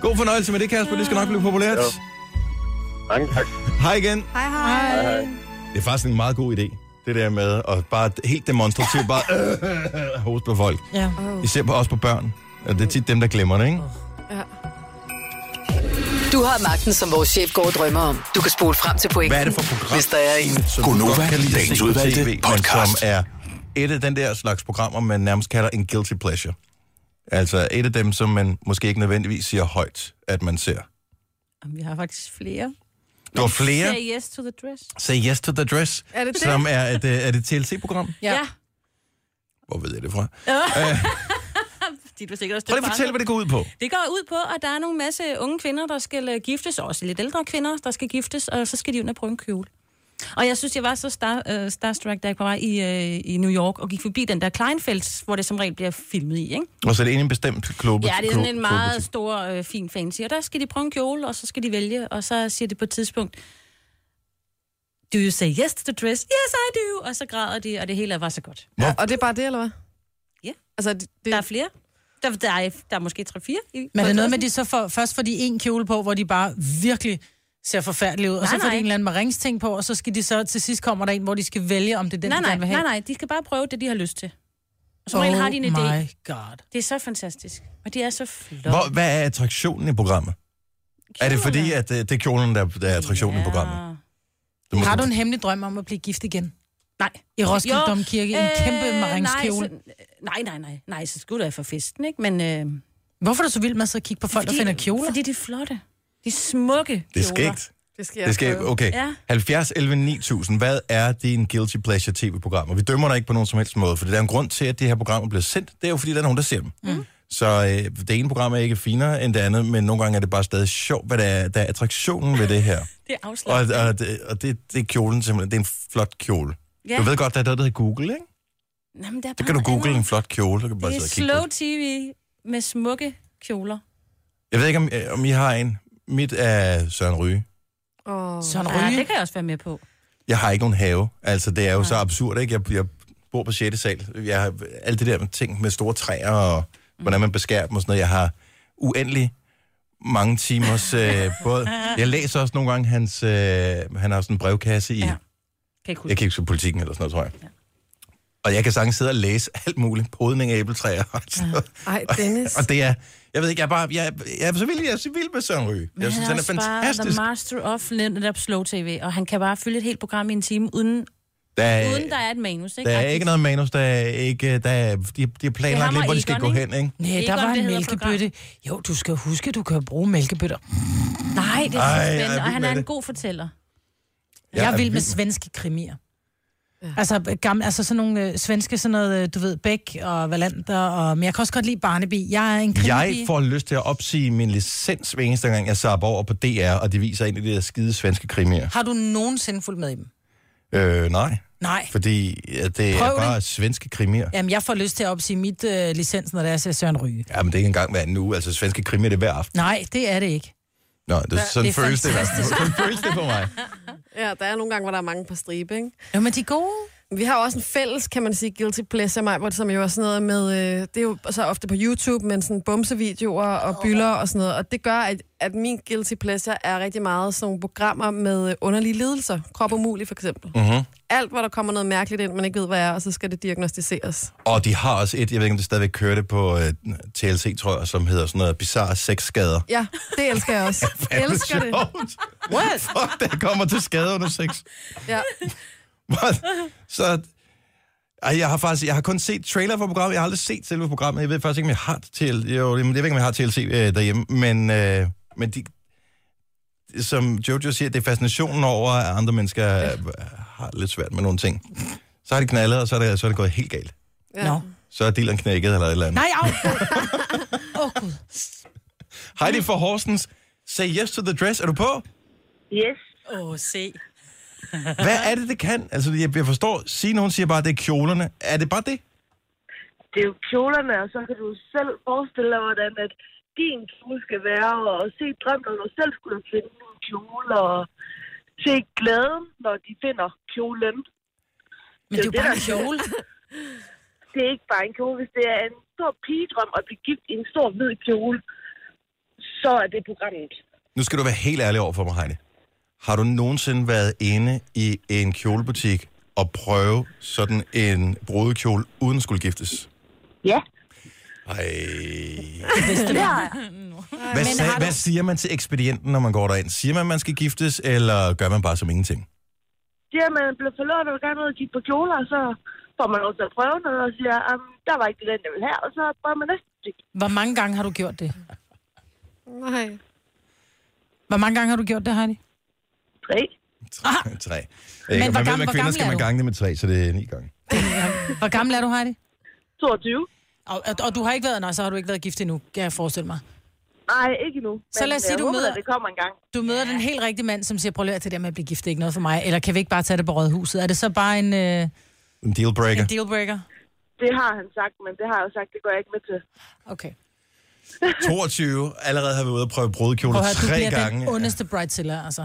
Speaker 1: God fornøjelse med det, Kasper. Det skal nok blive populært.
Speaker 9: Jo. Mange tak.
Speaker 1: Hej igen.
Speaker 3: Hej, hej.
Speaker 1: Det er faktisk en meget god idé, det der med at bare helt demonstrativt bare øh, hoste på folk.
Speaker 2: Ja.
Speaker 1: Især på, også på børn. Og Det er tit dem, der glemmer det, ikke?
Speaker 3: Ja.
Speaker 6: Du har magten, som vores chef går og drømmer om. Du kan spole frem til pointen,
Speaker 1: Hvad er det for program?
Speaker 6: hvis der er en.
Speaker 1: som
Speaker 5: Gonova,
Speaker 1: du godt kan lide at se
Speaker 5: dagens
Speaker 1: på
Speaker 5: udvalgte
Speaker 1: TV, men
Speaker 5: podcast.
Speaker 1: Som er et af den der slags programmer, man nærmest kalder en guilty pleasure. Altså et af dem, som man måske ikke nødvendigvis siger højt, at man ser.
Speaker 4: Vi har faktisk flere.
Speaker 1: Du har flere.
Speaker 4: Say yes to the dress.
Speaker 1: Say Yes to the Dress,
Speaker 3: Er det det?
Speaker 1: som er et, øh, er det TLC-program.
Speaker 4: Ja. ja.
Speaker 1: Hvor ved jeg det fra? Øh,
Speaker 4: De var sikkert også
Speaker 1: Prøv lige at fortælle, hvad det går ud på.
Speaker 4: Det går ud på, at der er nogle masse unge kvinder, der skal øh, giftes, og også lidt ældre kvinder, der skal giftes, og så skal de ind og prøve en kjole. Og jeg synes, jeg var så star, øh, starstruck, da jeg var i, øh, i New York, og gik forbi den der Kleinfelds, hvor det som regel bliver filmet i, ikke?
Speaker 1: Og så er det inde i en bestemt klub.
Speaker 4: Ja, det er sådan
Speaker 1: klub-
Speaker 4: en meget
Speaker 1: klubbutik.
Speaker 4: stor, øh, fin fancy. Og der skal de prøve en kjole, og så skal de vælge, og så siger de på et tidspunkt, Do you say yes to the dress? Yes, I do! Og så græder de, og det hele var så godt.
Speaker 1: Hvor-
Speaker 3: ja. Og det er bare det, eller hvad?
Speaker 4: Ja.
Speaker 3: Altså, det, det,
Speaker 4: Der er flere. Der, der, er, der er måske 3-4. i-
Speaker 2: Men er det noget med, at de så får, først får de en kjole på, hvor de bare virkelig ser forfærdelige ud, og
Speaker 4: Nej,
Speaker 2: så får de
Speaker 4: nej.
Speaker 2: en eller anden maringsting på, og så skal de så til sidst kommer der en, hvor de skal vælge, om det er den,
Speaker 4: Nej,
Speaker 2: de
Speaker 4: nej,
Speaker 2: gerne vil
Speaker 4: nej,
Speaker 2: have.
Speaker 4: nej. De skal bare prøve det, de har lyst til. Og som regel har de en idé.
Speaker 2: Oh my god.
Speaker 4: Det er så fantastisk. Og de er så flotte.
Speaker 1: Hvor, hvad er attraktionen i programmet? Er det fordi, at øh, det er kjolen, der, der er attraktionen i programmet? Det må-
Speaker 2: Har du en hemmelig drøm om at blive gift igen?
Speaker 4: Nej. Øh,
Speaker 2: I Roskilde Domkirke, i en kæmpe maringskjole.
Speaker 4: Nej, så, nej, nej, nej. Nej, så skulle det for festen, ikke? Men, øh,
Speaker 2: Hvorfor er du så vild med at sidde og kigge på folk, fordi, der finder kjoler?
Speaker 4: Fordi de er flotte. De er smukke
Speaker 1: Det er
Speaker 4: kjoler.
Speaker 1: skægt.
Speaker 3: det skal jeg
Speaker 1: Det skal,
Speaker 3: prøve.
Speaker 1: okay. Ja.
Speaker 4: Ja.
Speaker 1: 70, 11, 9000. Hvad er din guilty pleasure tv-program? Og vi dømmer dig ikke på nogen som helst måde, for der er en grund til, at det her program er blevet sendt. Det er jo, fordi der er nogen, der ser dem. Mm. Så øh, det ene program er ikke finere end det andet, men nogle gange er det bare stadig sjovt, hvad der er, der er attraktionen ved det her.
Speaker 4: Det er
Speaker 1: Og,
Speaker 4: afslappet.
Speaker 1: og, det, og det, det er kjolen simpelthen. Det er en flot kjole. Ja.
Speaker 4: Ja.
Speaker 1: Du ved godt, der er noget, der hedder Google, ikke?
Speaker 4: Jamen, der er
Speaker 1: Så
Speaker 4: bare
Speaker 1: kan du
Speaker 4: noget
Speaker 1: google
Speaker 4: andet.
Speaker 1: en flot kjole, så kan du bare
Speaker 4: Det er
Speaker 1: sidde og kigge på
Speaker 4: slow
Speaker 1: det.
Speaker 4: tv med smukke kjoler.
Speaker 1: Jeg ved ikke, om, øh, om I har en. Mit er Søren Ryge.
Speaker 3: Oh.
Speaker 2: Søren
Speaker 4: Ja,
Speaker 2: Ryge.
Speaker 4: det kan jeg også være med på.
Speaker 1: Jeg har ikke nogen have. Altså, det er jo så absurd, ikke? Jeg, jeg bor på 6. sal. Jeg har alt det der med ting med store træer og hvordan man beskærer dem og sådan noget. Jeg har uendelig mange timers øh, både... Jeg læser også nogle gange hans... Øh, han har sådan en brevkasse i...
Speaker 4: Ja.
Speaker 1: Ja.
Speaker 4: Kan ikke
Speaker 1: Jeg
Speaker 4: huske.
Speaker 1: kan ikke huske politikken eller sådan noget, tror jeg. Og jeg kan sagtens sidde og læse alt muligt. Podning af æbletræer og sådan noget.
Speaker 3: Ej, Dennis.
Speaker 1: Og det er, jeg ved ikke, jeg er bare, jeg, er- jeg er så vild, jeg er så vild med Søren Ryge. Jeg synes, han er
Speaker 4: også bare
Speaker 1: fantastisk.
Speaker 4: The master of netop slow tv, og han kan bare fylde et helt program i en time, uden,
Speaker 1: Der er,
Speaker 4: uden der er et manus. Ikke?
Speaker 1: der er ikke noget manus, der er ikke, der er, de, de har
Speaker 4: Det
Speaker 1: planlagt
Speaker 4: hammer
Speaker 1: lidt, hvor de skal gå
Speaker 4: Egon,
Speaker 1: hen, ikke?
Speaker 2: Nej, der
Speaker 4: Egon,
Speaker 2: var
Speaker 4: det
Speaker 2: en
Speaker 4: hedder
Speaker 2: mælkebøtte. Jo, du skal huske, du kan jo bruge mælkebøtter.
Speaker 4: Nej, det er
Speaker 1: Ej, jeg er
Speaker 4: så spændende,
Speaker 1: vild
Speaker 4: og han
Speaker 1: med
Speaker 4: er en
Speaker 1: det.
Speaker 4: god fortæller.
Speaker 1: Jeg
Speaker 2: Jeg,
Speaker 1: er
Speaker 2: jeg vil med
Speaker 1: vild.
Speaker 2: svenske krimier. Ja. Altså, gamle, altså sådan nogle øh, svenske, sådan noget, øh, du ved, Bæk og Valander, og, men jeg kan også godt lide Barneby. Jeg er en krimi.
Speaker 1: Jeg får lyst til at opsige min licens hver eneste gang, jeg sapper over på DR, og de viser ind i det der skide svenske krimier.
Speaker 2: Har du nogensinde fulgt med i dem?
Speaker 1: Øh, nej,
Speaker 2: Nej.
Speaker 1: fordi ja, det er
Speaker 2: Prøv det.
Speaker 1: bare svenske krimier.
Speaker 2: Jamen, jeg får lyst til at opsige mit øh, licens, når det er, jeg ser Søren Ryge.
Speaker 1: Ja, men det er ikke engang hver anden uge. Altså, svenske krimier, det er hver aften.
Speaker 2: Nej, det er det ikke.
Speaker 1: Nå, det, sådan
Speaker 2: det er
Speaker 1: føles det i hvert fald. Sådan føles det for mig.
Speaker 3: Ja, der er nogle gange, hvor der er mange på stribe, ikke?
Speaker 2: Jo, men de er gode.
Speaker 3: Vi har jo også en fælles, kan man sige, guilty pleasure, mig, hvor det som jo er sådan noget med, øh, det er jo så ofte på YouTube, men sådan bumsevideoer og byller og sådan noget, og det gør, at, at min guilty pleasure er rigtig meget sådan nogle programmer med øh, underlige lidelser, krop umulig for eksempel. Mm-hmm. Alt, hvor der kommer noget mærkeligt ind, man ikke ved, hvad er, og så skal det diagnostiseres.
Speaker 1: Og de har også et, jeg ved ikke, om det stadigvæk kører det på øh, TLC, tror jeg, som hedder sådan noget bizarre sexskader.
Speaker 3: Ja, det elsker jeg også. Jeg elsker det.
Speaker 1: What? Fuck, der kommer til skade under sex.
Speaker 3: Ja.
Speaker 1: What? Så... Ej, jeg har faktisk jeg har kun set trailer for programmet. Jeg har aldrig set selve programmet. Jeg ved faktisk ikke, om jeg har til... Jo, jeg ved ikke, om jeg har TLC øh, derhjemme. Men, øh, men de, som Jojo siger, det er fascinationen over, at andre mennesker ja. har lidt svært med nogle ting. Så har de knaldet, og så er det, så er det gået helt galt.
Speaker 3: Ja.
Speaker 2: Nå.
Speaker 1: Så er dealeren knækket eller et eller andet.
Speaker 2: Nej, au. Åh, oh, Gud.
Speaker 1: Heidi fra Horsens, say yes to the dress. Er du på?
Speaker 10: Yes.
Speaker 2: Åh, oh, se.
Speaker 1: Hvad er det, det kan? Altså, jeg, jeg forstår, Signe, hun siger bare, at det er kjolerne. Er det bare det?
Speaker 10: Det er jo kjolerne, og så kan du selv forestille dig, hvordan at din kjole skal være, og se drømmen, når du selv skulle finde en kjole, og se glæden, når de finder kjolen.
Speaker 2: Men det er jo
Speaker 10: Det er
Speaker 2: bare en
Speaker 10: det, der-
Speaker 2: kjole.
Speaker 10: Det er ikke bare en kjole. Hvis det er en stor pigedrøm at blive gift i en stor hvid kjole, så er det programmet.
Speaker 1: Nu skal du være helt ærlig over for mig, Heidi. Har du nogensinde været inde i en kjolebutik og prøve sådan en brudekjole uden skulle giftes?
Speaker 10: Ja.
Speaker 1: Ej.
Speaker 10: Ja,
Speaker 1: Hvad, sag, hvad siger man til ekspedienten, når man går derind? Siger man, at man skal giftes, eller gør man bare som ingenting?
Speaker 10: det er, at man blev forlovet, og vil gerne ud og kigge på kjoler, og så får man lov til at prøve noget, og siger, at der var ikke den, jeg ville have, og så prøver man næste butik.
Speaker 2: Hvor mange gange har du gjort det?
Speaker 3: Nej.
Speaker 2: Hvor mange gange har du gjort det, Heidi?
Speaker 10: Tre.
Speaker 1: Tre. tre. Men man
Speaker 2: Ah. hvor
Speaker 1: ved, med
Speaker 2: gammel- hvor
Speaker 1: kvinder
Speaker 2: gammel
Speaker 1: skal
Speaker 2: er
Speaker 1: man
Speaker 2: du?
Speaker 1: gange det med tre, så det er ni gange.
Speaker 2: Hvor gammel er du, Heidi?
Speaker 10: 22.
Speaker 2: Og, og, og du har ikke været, nej, så har du ikke været gift endnu, kan jeg forestille mig.
Speaker 10: Nej, ikke endnu. øh,
Speaker 2: Så lad os sige,
Speaker 10: jeg
Speaker 2: du
Speaker 10: håber,
Speaker 2: møder-
Speaker 10: at det kommer en gang.
Speaker 2: Du møder den helt rigtige mand, som siger, prøv lige at det der med at blive gift, det er ikke noget for mig. Eller kan vi ikke bare tage det på rådhuset? Er det så bare en, øh,
Speaker 1: En dealbreaker.
Speaker 2: en dealbreaker?
Speaker 10: Det har han sagt, men det har jeg jo sagt, det går jeg ikke med til.
Speaker 2: Okay.
Speaker 1: 22. Allerede har vi været ude og prøve brudekjoler
Speaker 2: Prøv at høre, du
Speaker 1: tre
Speaker 2: bliver den
Speaker 1: gange.
Speaker 2: ondeste bridezilla, altså.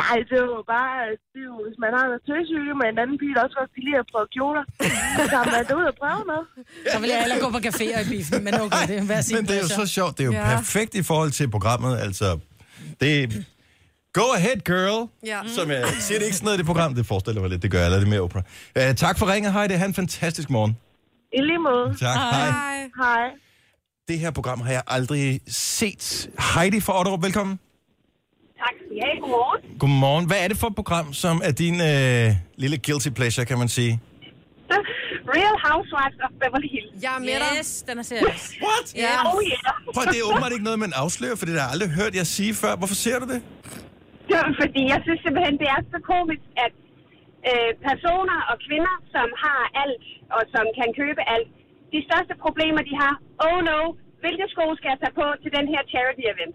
Speaker 10: Nej, det er jo bare, at det er jo, hvis man har noget tøjsyge med en anden pige, der også godt kan lide at prøve kjoler, så tager man det ud og prøver med.
Speaker 2: Så vil jeg hellere gå på café og i biffen, men okay, det er hver sin
Speaker 1: Men det er jo så
Speaker 2: pleasure.
Speaker 1: sjovt. Det er jo ja.
Speaker 3: Ja.
Speaker 1: perfekt i forhold til programmet. Altså, det Go ahead, girl.
Speaker 3: Ja.
Speaker 1: Som jeg siger, det er ikke sådan noget i det program. Det forestiller jeg mig lidt. Det gør jeg allerede mere opera. Uh, tak for ringet, Heidi. Ha' en fantastisk morgen.
Speaker 10: I lige måde.
Speaker 1: Tak, hej. hej.
Speaker 3: Nej.
Speaker 10: Hej.
Speaker 1: Det her program har jeg aldrig set. Heidi fra Otterup, velkommen.
Speaker 10: Tak skal I have. Godmorgen.
Speaker 1: Godmorgen. Hvad er det for et program, som er din øh, lille guilty pleasure, kan man sige?
Speaker 10: Real Housewives of Beverly Hills.
Speaker 3: Jeg er med dig.
Speaker 4: Yes, den er seriøs.
Speaker 1: What?
Speaker 3: Ja.
Speaker 10: Oh yeah.
Speaker 1: Prøv, det er åbenbart ikke noget, man afslører, for det har jeg aldrig hørt jer sige før. Hvorfor ser du det?
Speaker 10: Det var fordi, jeg synes simpelthen, det er så komisk, at øh, personer og kvinder, som har alt og som kan købe alt,
Speaker 8: de største problemer, de har. Oh no, hvilke sko skal jeg tage på til den her charity-event?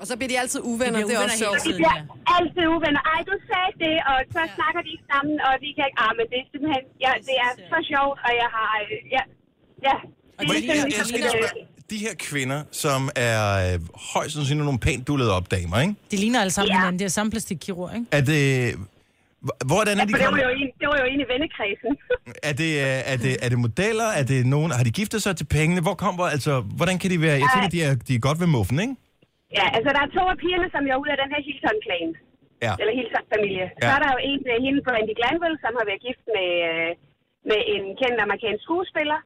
Speaker 3: Og så bliver de altid uvenner,
Speaker 8: De
Speaker 3: det
Speaker 8: bliver
Speaker 3: er også
Speaker 8: uvenner
Speaker 3: sjovt.
Speaker 8: hele tiden, ja. Altid uvenner. Ej, du sagde det, og så ja. snakker de ikke sammen, og de kan ikke... Ah, men det er simpelthen... Ja, det er så sjovt, og jeg har... øh, Ja, ja. Det
Speaker 1: Men jeg, jeg skal
Speaker 8: simpelthen-
Speaker 1: lige spørge, de her kvinder, som er øh, højst sandsynligt nogle pænt dullede op damer, ikke?
Speaker 2: De ligner alle sammen ja. hinanden. Det er samme plastikkirurg, ikke?
Speaker 1: Er det... h- Hvordan er de
Speaker 8: For det var
Speaker 1: kommet?
Speaker 8: jo en, det var jo en i vennekredsen.
Speaker 1: Er det, øh, er, det, er det modeller? Er det nogen? Har de giftet sig til pengene? Hvor kommer, altså, hvordan kan de være? Jeg tænker, de er, de er godt ved muffen, ikke?
Speaker 8: ja, altså der er to af pigerne, som jeg er ude af den her Hilton-klan.
Speaker 1: Ja.
Speaker 8: Eller Hilton-familie. Ja. Så
Speaker 1: Ja.
Speaker 8: er der jo en, øh, hende Brandy Glanville, som har været gift med, øh, med en kendt amerikansk skuespiller.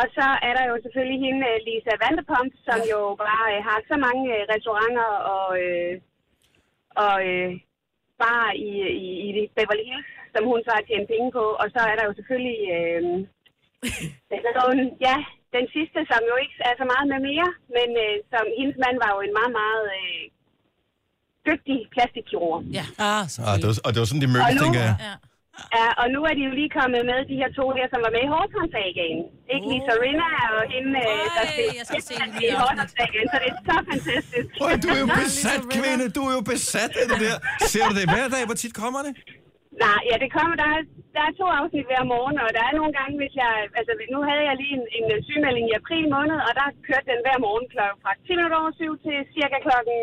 Speaker 8: Og så er der jo selvfølgelig hende, øh, Lisa Vanderpump, som jo bare øh, har så mange øh, restauranter og, øh, og øh, bare i, i, i Beverly Hills, som hun så har tjent penge på. Og så er der jo selvfølgelig... Øh, Altså, hun- ja, den sidste, som jo ikke er så meget med mere, men øh, som hendes mand var jo en meget, meget øh, dygtig plastikkirurg.
Speaker 2: Ja. Ah,
Speaker 1: Og det, var, og det var sådan, de mødtes, tænker jeg.
Speaker 8: Ja, og nu er de jo lige kommet med, de her to her, som var med i Hårdhåndsagaen. Ikke lige Serena og hende, øh, der spiller jeg skal se i Hårdhåndsagaen, så det er så fantastisk.
Speaker 1: Øj, du er jo besat, kvinde. Du er jo besat af det der. Ser du det hver dag? Hvor tit kommer det?
Speaker 8: Nej, ja, det kommer. Der er, der er to afsnit hver morgen, og der er nogle gange, hvis jeg... Altså, nu havde jeg lige en, en øh, sygemelding i april måned, og der kørte den hver morgen klokken fra 10 minutter over syv til cirka klokken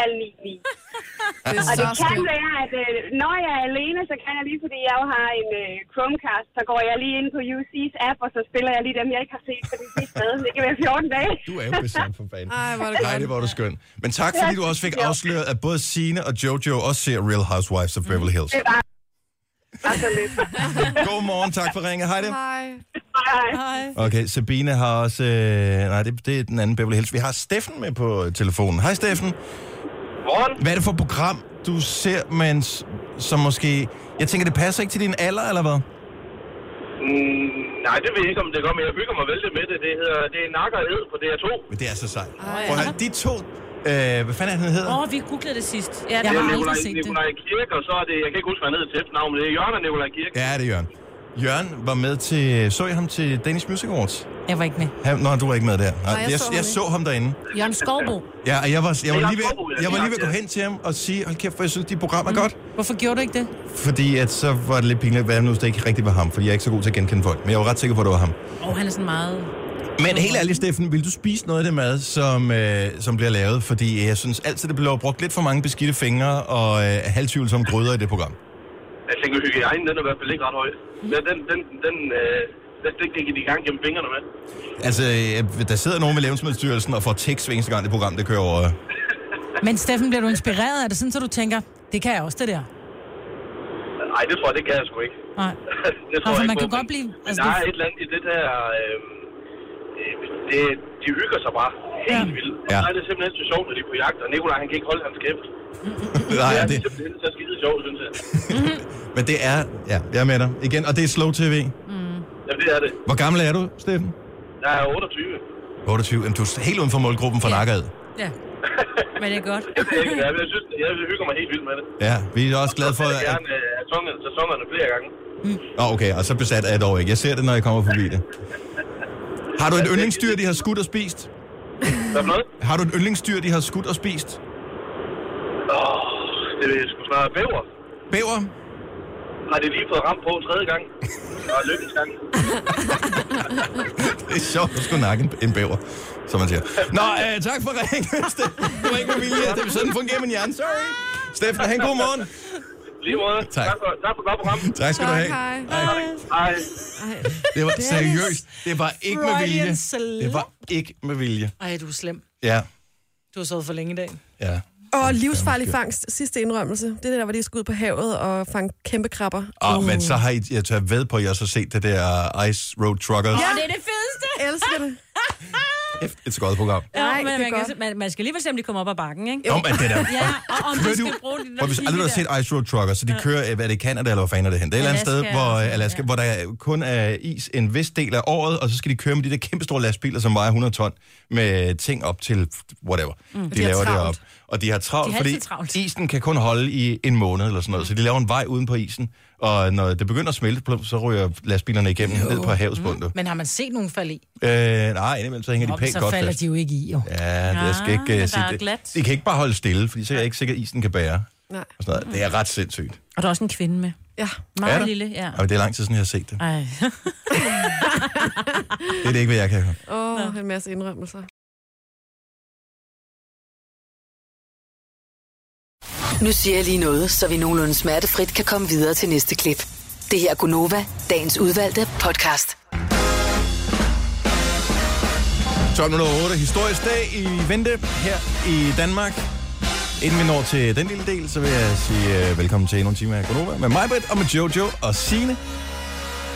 Speaker 8: halv ni, ni.
Speaker 3: Det
Speaker 8: og
Speaker 3: er
Speaker 8: det
Speaker 3: så
Speaker 8: kan
Speaker 3: skønt.
Speaker 8: være, at øh, når jeg er alene, så kan jeg lige, fordi jeg jo har en øh, Chromecast, så går jeg lige ind på UC's app, og så spiller jeg lige dem, jeg ikke har set, fordi de er stadig. Det kan være 14 dage.
Speaker 1: Du er jo besat for banen.
Speaker 3: Ej, hvor er det
Speaker 1: Nej, det
Speaker 3: godt.
Speaker 1: var du skøn. Men tak, fordi du også fik afsløret, at både Sine og Jojo også ser Real Housewives of Beverly Hills.
Speaker 8: Det var så lidt.
Speaker 1: Godmorgen, tak for ringet. Hej det.
Speaker 3: Hej.
Speaker 8: Hej.
Speaker 1: Okay, Sabine har også... Øh, nej, det, det er den anden Beverly Hills. Vi har Steffen med på telefonen. Hej, Steffen.
Speaker 11: Godmorgen.
Speaker 1: Hvad er det for et program, du ser, men s- som måske... Jeg tænker, det passer ikke til din alder, eller hvad?
Speaker 11: Mm, nej, det ved jeg ikke, om det gør, men jeg bygger mig vældig med det. Det hedder, det er nakker ed på DR2.
Speaker 1: Men det er så sejt. Prøv at høre, de to... Øh, hvad fanden er den hedder?
Speaker 2: Åh, oh, vi googlede det sidst.
Speaker 11: Ja,
Speaker 2: Ja,
Speaker 11: det
Speaker 2: jeg
Speaker 11: er
Speaker 2: har aldrig
Speaker 11: Nikolaj,
Speaker 2: set det.
Speaker 11: Nikolaj Kirk, og så er det, jeg kan ikke huske, hvad han hedder til efternavn, men det er Jørgen og Nikolaj Kirk.
Speaker 1: Ja, det er Jørgen. Jørgen var med til... Så jeg ham til Danish Music Awards?
Speaker 2: Jeg var ikke med.
Speaker 1: Han, nå, du var ikke med der.
Speaker 2: Nej, jeg
Speaker 1: jeg, jeg,
Speaker 2: så ham
Speaker 1: jeg
Speaker 2: ikke.
Speaker 1: så ham derinde.
Speaker 2: Jørgen Skovbo.
Speaker 1: Ja, og jeg var, jeg
Speaker 2: Det er
Speaker 1: var lige
Speaker 2: Lars Kjærbo,
Speaker 1: ved,
Speaker 2: ja,
Speaker 1: jeg var lige ved at gå
Speaker 2: klart, ja.
Speaker 1: hen til ham og sige, hold kæft, for jeg synes, de program er
Speaker 2: Mhm.
Speaker 1: godt.
Speaker 2: Hvorfor gjorde du ikke det?
Speaker 1: Fordi at så var det lidt pinligt, hvad nu det ikke rigtigt var ham, fordi jeg er ikke så god til at genkende folk. Men jeg var ret sikker på, at det var ham.
Speaker 2: Åh, oh, han er sådan meget...
Speaker 1: Men helt ærligt, Steffen, vil du spise noget af det mad, som, øh, som bliver lavet? Fordi jeg synes altid, det bliver brugt lidt for mange beskidte fingre og øh, halvtvivlsomme gryder i det program.
Speaker 11: Jeg tænker, hygiejnen, den er i hvert fald ikke ret høj. Den, den, den, den, øh, den, den gik de i gang gennem fingrene med.
Speaker 1: Altså, øh, der sidder nogen ved Levensmiddelstyrelsen og får tekst hver eneste gang, det program, det kører over.
Speaker 2: Men Steffen, bliver du inspireret af det, sådan så du tænker, det kan jeg også, det der?
Speaker 11: Nej, det tror jeg, det kan jeg sgu ikke.
Speaker 2: Nej.
Speaker 11: det tror
Speaker 2: Altså,
Speaker 11: jeg
Speaker 2: man
Speaker 11: ikke
Speaker 2: kan
Speaker 11: på,
Speaker 2: godt
Speaker 11: men-
Speaker 2: blive-
Speaker 11: Men
Speaker 2: altså,
Speaker 11: der
Speaker 2: det-
Speaker 11: er et eller andet i det her... Øh, øh, det, de hygger sig bare helt vildt. Og
Speaker 1: Ja.
Speaker 11: så er det simpelthen så sjovt, når de er på jagt, og Nikolaj, han kan ikke holde hans kæft.
Speaker 1: Nej,
Speaker 11: det
Speaker 1: det,
Speaker 11: er simpelthen så skide sjovt, synes jeg.
Speaker 1: men det er... Ja, jeg er med dig. Igen, og det er slow tv.
Speaker 11: Jamen, det er det.
Speaker 1: Hvor gammel er du, Steffen?
Speaker 11: Jeg er 28.
Speaker 1: 28. Jamen, du er helt uden for målgruppen for nakkead.
Speaker 2: Ja. Men det er godt.
Speaker 11: Jeg ved ikke, jeg, jeg synes, jeg hygger mig helt vildt med det.
Speaker 1: Ja, vi er også glade for...
Speaker 11: Jeg vil
Speaker 1: At...
Speaker 11: gerne øh, have sangene- sæsonerne flere gange.
Speaker 1: Nå, okay, og så besat er jeg dog ikke. Jeg ser det, når jeg kommer forbi det. Har du et yndlingsdyr, de har skudt og spist?
Speaker 11: Hvad for noget?
Speaker 1: Har du et yndlingsdyr, de har skudt og spist?
Speaker 11: Åh, det er sgu snart bæver.
Speaker 1: Bæver?
Speaker 11: Har det lige fået ramt på tredje gang? Og lykkens gang.
Speaker 1: Det er sjovt, at skulle nakke en, en bæver, som man siger. Nå, øh, tak for ringen, Steffen. Det var ikke med vilje. Det er sådan, fungerer min hjerne. Sorry. Steffen, have en god morgen.
Speaker 11: Lige måde.
Speaker 1: Tak.
Speaker 11: Tak for, tak for godt program.
Speaker 1: Tak skal du have.
Speaker 11: Hej. Hej.
Speaker 1: Det var
Speaker 2: Det er
Speaker 1: seriøst. Det var ikke med vilje.
Speaker 2: Freudian slip.
Speaker 1: Det var ikke med vilje.
Speaker 2: Ej, du er slem.
Speaker 1: Ja,
Speaker 2: Du har sovet for længe i dag.
Speaker 1: ja.
Speaker 3: Og livsfarlig fangst, sidste indrømmelse. Det er det der, hvor de skal ud på havet og fange kæmpe krabber.
Speaker 1: Og, men så har I, jeg tør ved på, at I også har set det der Ice Road Truckers.
Speaker 4: Åh, det er det fedeste!
Speaker 3: Jeg elsker det.
Speaker 1: Kæft, Et skødt program.
Speaker 4: Ja, Nej,
Speaker 3: Nej,
Speaker 4: men
Speaker 3: det er
Speaker 4: man,
Speaker 3: godt.
Speaker 4: kan, se- man, man skal alligevel se, om de kommer op ad bakken, ikke?
Speaker 1: Jo, men det der...
Speaker 4: Ja, og om
Speaker 1: Kører
Speaker 4: de skal
Speaker 1: du-
Speaker 4: bruge den
Speaker 1: Hvor hvis aldrig du har set Ice Road Truckers, så de kører, øh, hvad er det i Canada, eller hvor fanden er det hen? Det er et eller andet sted,
Speaker 4: Alaska
Speaker 1: hvor,
Speaker 4: og sådan
Speaker 1: øh, Alaska, hvor der kun er is en vis del af året, og så skal de køre med de der kæmpe store lastbiler, som vejer 100 ton, med ting op til whatever. Mm. De,
Speaker 3: de har
Speaker 1: laver det
Speaker 3: travlt.
Speaker 1: op. og de har travlt,
Speaker 2: De har
Speaker 1: fordi
Speaker 2: altid travlt.
Speaker 1: isen kan kun holde i en måned eller sådan noget, så de laver en vej uden på isen, og når det begynder at smelte, plum, så ryger lastbilerne igennem ned på havets bund. Mm.
Speaker 2: Men har man set nogen falde i?
Speaker 1: Øh, nej, indimellem så hænger de
Speaker 2: Mm. Nå,
Speaker 1: pænt
Speaker 2: så
Speaker 1: godt
Speaker 2: falder
Speaker 1: fast.
Speaker 2: de jo ikke i, jo.
Speaker 1: Ja, det jeg skal
Speaker 2: Ah,
Speaker 1: ikke
Speaker 2: men der
Speaker 1: uh, sige
Speaker 2: er
Speaker 1: det.
Speaker 2: glat.
Speaker 1: De kan ikke bare holde stille, fordi så er jeg ikke sikker, at isen kan bære.
Speaker 3: Nej.
Speaker 1: Og sådan noget. Det
Speaker 2: Mm.
Speaker 1: er ret sindssygt.
Speaker 4: Og der er også en kvinde med.
Speaker 3: Ja.
Speaker 1: Er
Speaker 4: Meget
Speaker 1: der?
Speaker 4: lille, ja.
Speaker 1: Ja. Og det er lang tid siden, jeg har set det.
Speaker 4: Ej.
Speaker 1: Det er det ikke, hvad jeg kan.
Speaker 3: Åh, oh, en masse indrømmelser.
Speaker 6: Nu siger jeg lige noget, så vi nogenlunde smertefrit kan komme videre til næste klip. Det her er Gunova, dagens udvalgte podcast.
Speaker 1: 12 minutter 8. Historisk dag i vente her i Danmark. Inden vi når til den lille del, så vil jeg sige uh, velkommen til endnu en time af Gonova med mig, Britt, og med Jojo og Sine.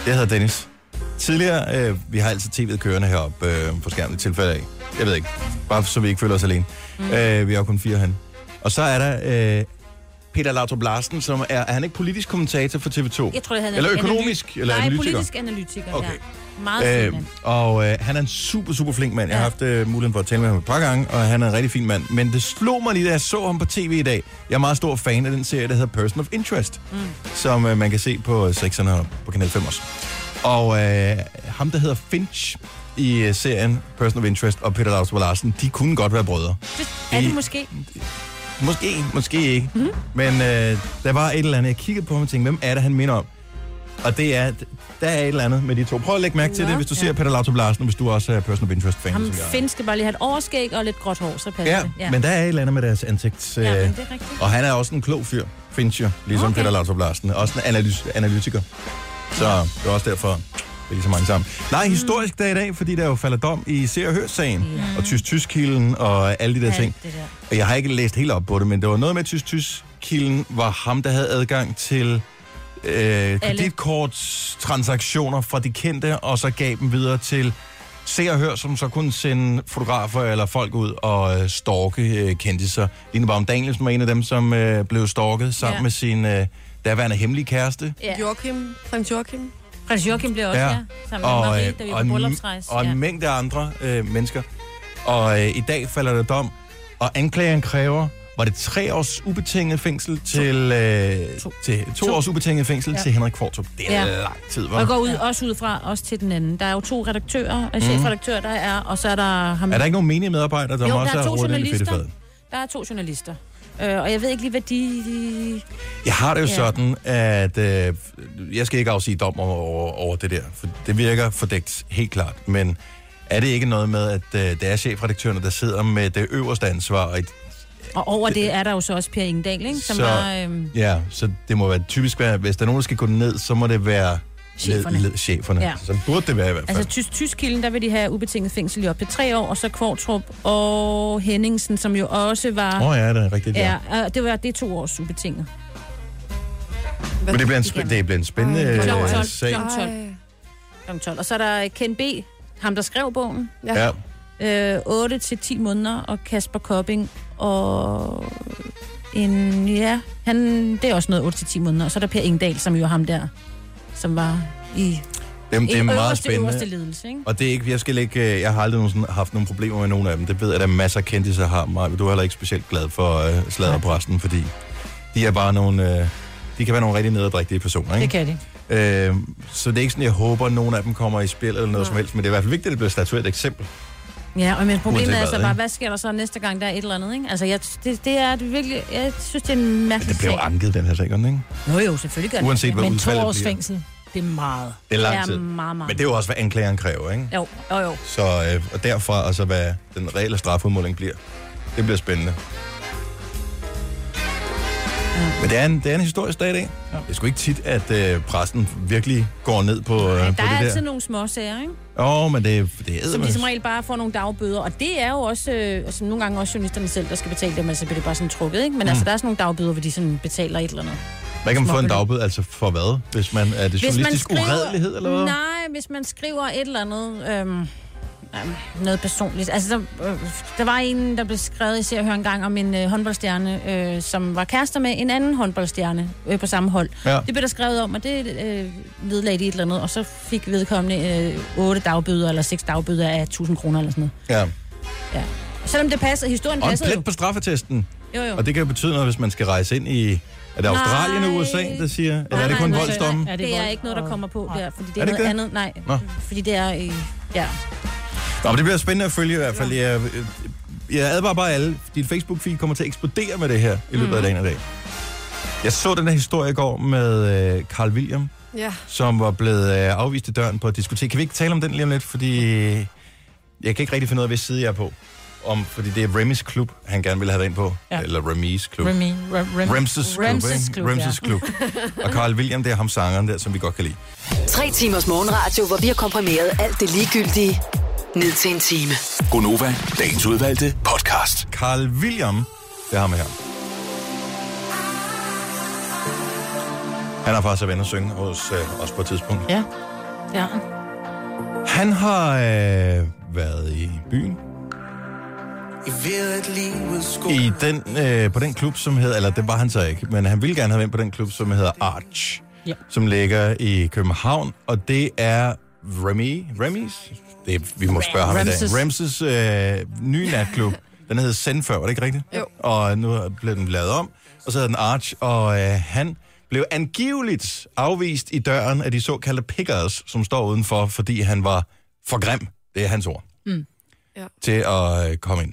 Speaker 1: Jeg hedder Dennis. Tidligere, øh, vi har altid tv'et kørende heroppe øh, på skærmen i tilfælde af. Jeg ved ikke. Bare så vi ikke føler os alene. Mm. Øh, vi er jo kun fire han. Og så er der øh, Peter Lautrup Larsen, som er, er han ikke politisk kommentator for TV2?
Speaker 4: Jeg tror, det havde
Speaker 1: Eller økonomisk? Eller
Speaker 4: Nej,
Speaker 1: analytiker?
Speaker 4: politisk analytiker,
Speaker 1: Okay.
Speaker 4: ja. Meget øh,
Speaker 1: Øh, og øh, han er en super, super flink mand. Jeg har haft øh, muligheden for at tale med ham et par gange, og han er en rigtig fin mand. Men det slog mig lige, da jeg så ham på tv i dag. Jeg er meget stor fan af den serie, der hedder Person of Interest, mm. som øh, man kan se på 6'erne og på Kanal 5 også. Og øh, ham, der hedder Finch i øh, serien Person of Interest og Peter Lausgaard Larsen, de kunne godt være brødre.
Speaker 4: er
Speaker 1: I-
Speaker 4: det måske?
Speaker 1: Måske, måske ikke. Mm-hmm. Men øh, der var et eller andet, jeg kiggede på ham og tænkte, hvem er det, han minder om? Og det er, der er et eller andet med de to. Prøv at lægge mærke til det, hvis du ser Peter Lautrup Larsen, og hvis du også er personal of interest fan,
Speaker 4: Ham
Speaker 1: som jeg er.
Speaker 4: Finn skal bare lige have et overskæg og lidt gråt hår, så passer
Speaker 1: Ja,
Speaker 4: det.
Speaker 1: ja, men der er et eller andet med deres ansigt. Øh,
Speaker 4: Ja, men det er rigtigt.
Speaker 1: og han er også en klog fyr, Finch jo, ligesom okay. Peter Lautrup Larsen. Også en analys- analytiker. Så det er også derfor, det er lige så mange sammen. Nej,
Speaker 4: Mm.
Speaker 1: historisk dag i dag, fordi der jo falder dom i Se og Hør-sagen, ja. og Tysk-Tysk-kilden og alle de der ting.
Speaker 4: det der.
Speaker 1: Og jeg har ikke læst helt op på det, men det var noget med tysk tysk kilden var ham, der havde adgang til øh, kreditkortstransaktioner fra de kendte, og så gav dem videre til Se og Hør, som så kunne sende fotografer eller folk ud og øh, storke øh, kendtiser. Line Baum Danielsen var en af dem, som øh, blev storket sammen
Speaker 3: Ja.
Speaker 1: ja. med sin øh, daværende hemmelige kæreste.
Speaker 4: Ja.
Speaker 3: Joachim, prins Joachim.
Speaker 4: Prins Joachim bliver også, ja. ja. Sammen med og, Marie, der er
Speaker 1: og,
Speaker 4: på
Speaker 1: en-
Speaker 4: bryllupsrejse.
Speaker 1: og en
Speaker 4: ja.
Speaker 1: mængde andre øh, mennesker. Og øh, i dag falder der dom, og anklageren kræver, var det tre års ubetinget fængsel til... Øh, to. til to,
Speaker 4: To.
Speaker 1: års ubetinget fængsel
Speaker 4: Ja.
Speaker 1: ja. til Henrik Kvartrup. Det er
Speaker 4: Ja.
Speaker 1: ja. lang tid,
Speaker 4: Og jeg går
Speaker 1: var.
Speaker 4: ud, også ud fra, også til den anden. Der er jo to redaktører,
Speaker 1: Mhm.
Speaker 4: mm. chefredaktør, der er, og så er der ham...
Speaker 1: Er der ikke nogen menige medarbejdere, der
Speaker 4: jo,
Speaker 1: må også
Speaker 4: der er
Speaker 1: have
Speaker 4: to
Speaker 1: rodet ind i
Speaker 4: journalister.
Speaker 1: fedtefadet?
Speaker 4: Der er to journalister. Øh, og jeg ved ikke lige, hvad de... de...
Speaker 1: Jeg har det jo
Speaker 4: Ja.
Speaker 1: ja. sådan, at øh, jeg skal ikke afsige dom over, over, over det der, for det virker fordækt helt klart, men er det ikke noget med, at øh, det er chefredaktørerne, der sidder med det øverste ansvar, og i
Speaker 4: Og over det er der jo så også Per Ingedal, ikke? Som så... var... Øh...
Speaker 1: Ja, så det må være typisk være, hvis der er nogen, der skal gå ned, så må det være
Speaker 4: Cheferne.
Speaker 1: Led, led, cheferne.
Speaker 4: Ja.
Speaker 1: Ja. Så burde det være i hvert fald.
Speaker 4: Altså tysk tyskilden, der vil de have ubetinget fængsel i op til tre år, og så Kvartrup og Henningsen, som jo også var...
Speaker 1: Åh oh, ja, det er rigtigt. Ja.
Speaker 4: Ja, øh, det var det er to års ubetinget.
Speaker 1: Men det bliver en, sp- det bliver en spændende
Speaker 4: Klokken
Speaker 1: øh,
Speaker 4: 12.
Speaker 1: sag.
Speaker 4: Klokken 12. Klokken 12. Og så er der Ken B., ham der skrev bogen.
Speaker 1: Ja.
Speaker 4: Øh, 8 til 10 måneder, og Kasper Kopping, og en, ja, han, det er også noget 8 til 10 måneder. Og så er der Per Ingdal, som jo er ham der, som var i
Speaker 1: Jamen, det er
Speaker 4: i
Speaker 1: meget
Speaker 4: øverste,
Speaker 1: spændende.
Speaker 4: øverste ledelse, ikke?
Speaker 1: Og det er ikke, jeg skal ikke, øh, jeg har aldrig nogensinde haft nogle problemer med nogen af dem. Det ved jeg, at der er masser af kendte, der har mig. Du er heller ikke specielt glad for øh, sladderpræsten, fordi de er bare nogle, øh, de kan være nogle rigtig nederdrægtige personer, ikke?
Speaker 2: Det kan de.
Speaker 1: Øh, så det er ikke sådan, jeg håber, at nogen af dem kommer i spil eller noget som helst, men det er i hvert fald vigtigt, at det bliver statueret et eksempel.
Speaker 4: Ja, og men
Speaker 1: Uanset
Speaker 4: problemet er
Speaker 1: hvad,
Speaker 4: altså bare,
Speaker 1: ikke?
Speaker 4: hvad sker der så næste gang, der er et eller andet, ikke? Altså, jeg, det, det er det virkelig, jeg synes, det er en mærkelig
Speaker 1: Det bliver jo
Speaker 4: sag.
Speaker 1: anket, den her sag, gør den, ikke?
Speaker 4: Nå jo, selvfølgelig gør det
Speaker 1: Uanset
Speaker 4: det.
Speaker 1: hvad
Speaker 4: Men to
Speaker 1: udfaldet
Speaker 4: års
Speaker 1: bliver.
Speaker 4: fængsel, det er meget.
Speaker 1: Det er lang tid.
Speaker 4: meget, meget.
Speaker 1: Men det er jo også, hvad anklageren kræver, ikke?
Speaker 4: Jo, jo, jo.
Speaker 1: Så øh, og derfra, altså hvad den reelle strafudmåling bliver, det bliver spændende. Men det er, en, det er en historisk dag i dag. Ja. Det er sgu ikke tit, at øh, pressen virkelig går ned på, øh, på det
Speaker 4: Der er altid
Speaker 1: der.
Speaker 4: nogle småsager, ikke?
Speaker 1: Åh, oh, men det, det er
Speaker 4: Som de som
Speaker 1: eddermame-
Speaker 4: regel bare får nogle dagbøder. Og det er jo også, øh, altså, nogle gange også journalisterne selv, der skal betale dem, altså bliver det bare sådan trukket, ikke? Men mm.
Speaker 1: Mm.
Speaker 4: altså, der er sådan nogle dagbøder, hvor de sådan betaler et eller andet.
Speaker 1: Hvad kan man få en
Speaker 4: småbeløb.
Speaker 1: dagbød, altså for hvad? Hvis man, er det journalistisk uredelighed, eller hvad?
Speaker 4: Nej, hvis man skriver et eller andet... Øhm, øhm, noget personligt. Altså, der, øh, der var en, der blev skrevet, jeg ser og hører en gang, om en øh, håndboldstjerne, øh, som var kærester med en anden håndboldstjerne øh, på samme hold.
Speaker 12: Ja.
Speaker 4: Det blev der skrevet om, og det øh, vedlagde de et eller andet, og så fik vedkommende øh, 8 dagbøder eller 6 dagbøder af 1000 kroner eller sådan noget.
Speaker 1: Ja.
Speaker 4: Ja. Selvom det passer, historien
Speaker 1: Og en
Speaker 4: passer jo.
Speaker 1: plet på straffetesten.
Speaker 4: Jo, jo.
Speaker 1: Og det kan jo betyde noget, hvis man skal rejse ind i... Er det
Speaker 4: Nej.
Speaker 1: Australien og USA, der siger? Eller er det kun voldsdommen?
Speaker 4: Det, det er ikke noget, der kommer på der, fordi det er,
Speaker 1: Er det
Speaker 4: noget
Speaker 1: ikke
Speaker 4: andet. Nej,
Speaker 1: Nå.
Speaker 4: fordi det er... Øh, ja.
Speaker 1: Nå, men det bliver spændende at følge i hvert fald. Jeg, øh, jeg advarer bare alle. Dit Facebook-feed kommer til at eksplodere med det her i løbet af dagen i dag. Jeg så den her historie i går med øh, Carl William,
Speaker 3: Ja.
Speaker 1: som var blevet øh, afvist i døren på et diskotek. Kan vi ikke tale om den lige om lidt, fordi jeg kan ikke rigtig finde ud af, hvilken side jeg er på. Om, fordi det er Remis klub, han gerne ville have været ind på.
Speaker 2: Ja.
Speaker 1: Ja. Eller Remis klub.
Speaker 2: Remy, Re, Rem,
Speaker 1: Ramses klub, ikke? Ramses klub. Og Carl William, det er ham sangeren der, som vi godt kan lide.
Speaker 6: Tre timers morgenradio, hvor vi har komprimeret alt det ligegyldige ned til en time.
Speaker 1: Gonova, dagens udvalgte podcast. Carl William, det har med her. Han har faktisk været inde og synge hos øh, os på et tidspunkt.
Speaker 2: Ja.
Speaker 4: ja.
Speaker 1: Han har øh, været i byen. I den, øh, på den klub, som hedder, eller det var han så ikke, men han ville gerne have været ind på den klub, som hedder Arch,
Speaker 2: Ja.
Speaker 1: som ligger i København, og det er Remy, Remy's? Det, vi må spørge ham i dag.
Speaker 2: Ramses.
Speaker 1: Ramses øh, nye natklub. Den hed Send før, var det ikke rigtigt? Jo. Og nu blev den lavet om, og så hedder den Arch, og øh, han blev angiveligt afvist i døren af de såkaldte pickers, som står udenfor, fordi han var for grim, det er hans ord,
Speaker 3: Mm.
Speaker 1: til at øh, komme ind.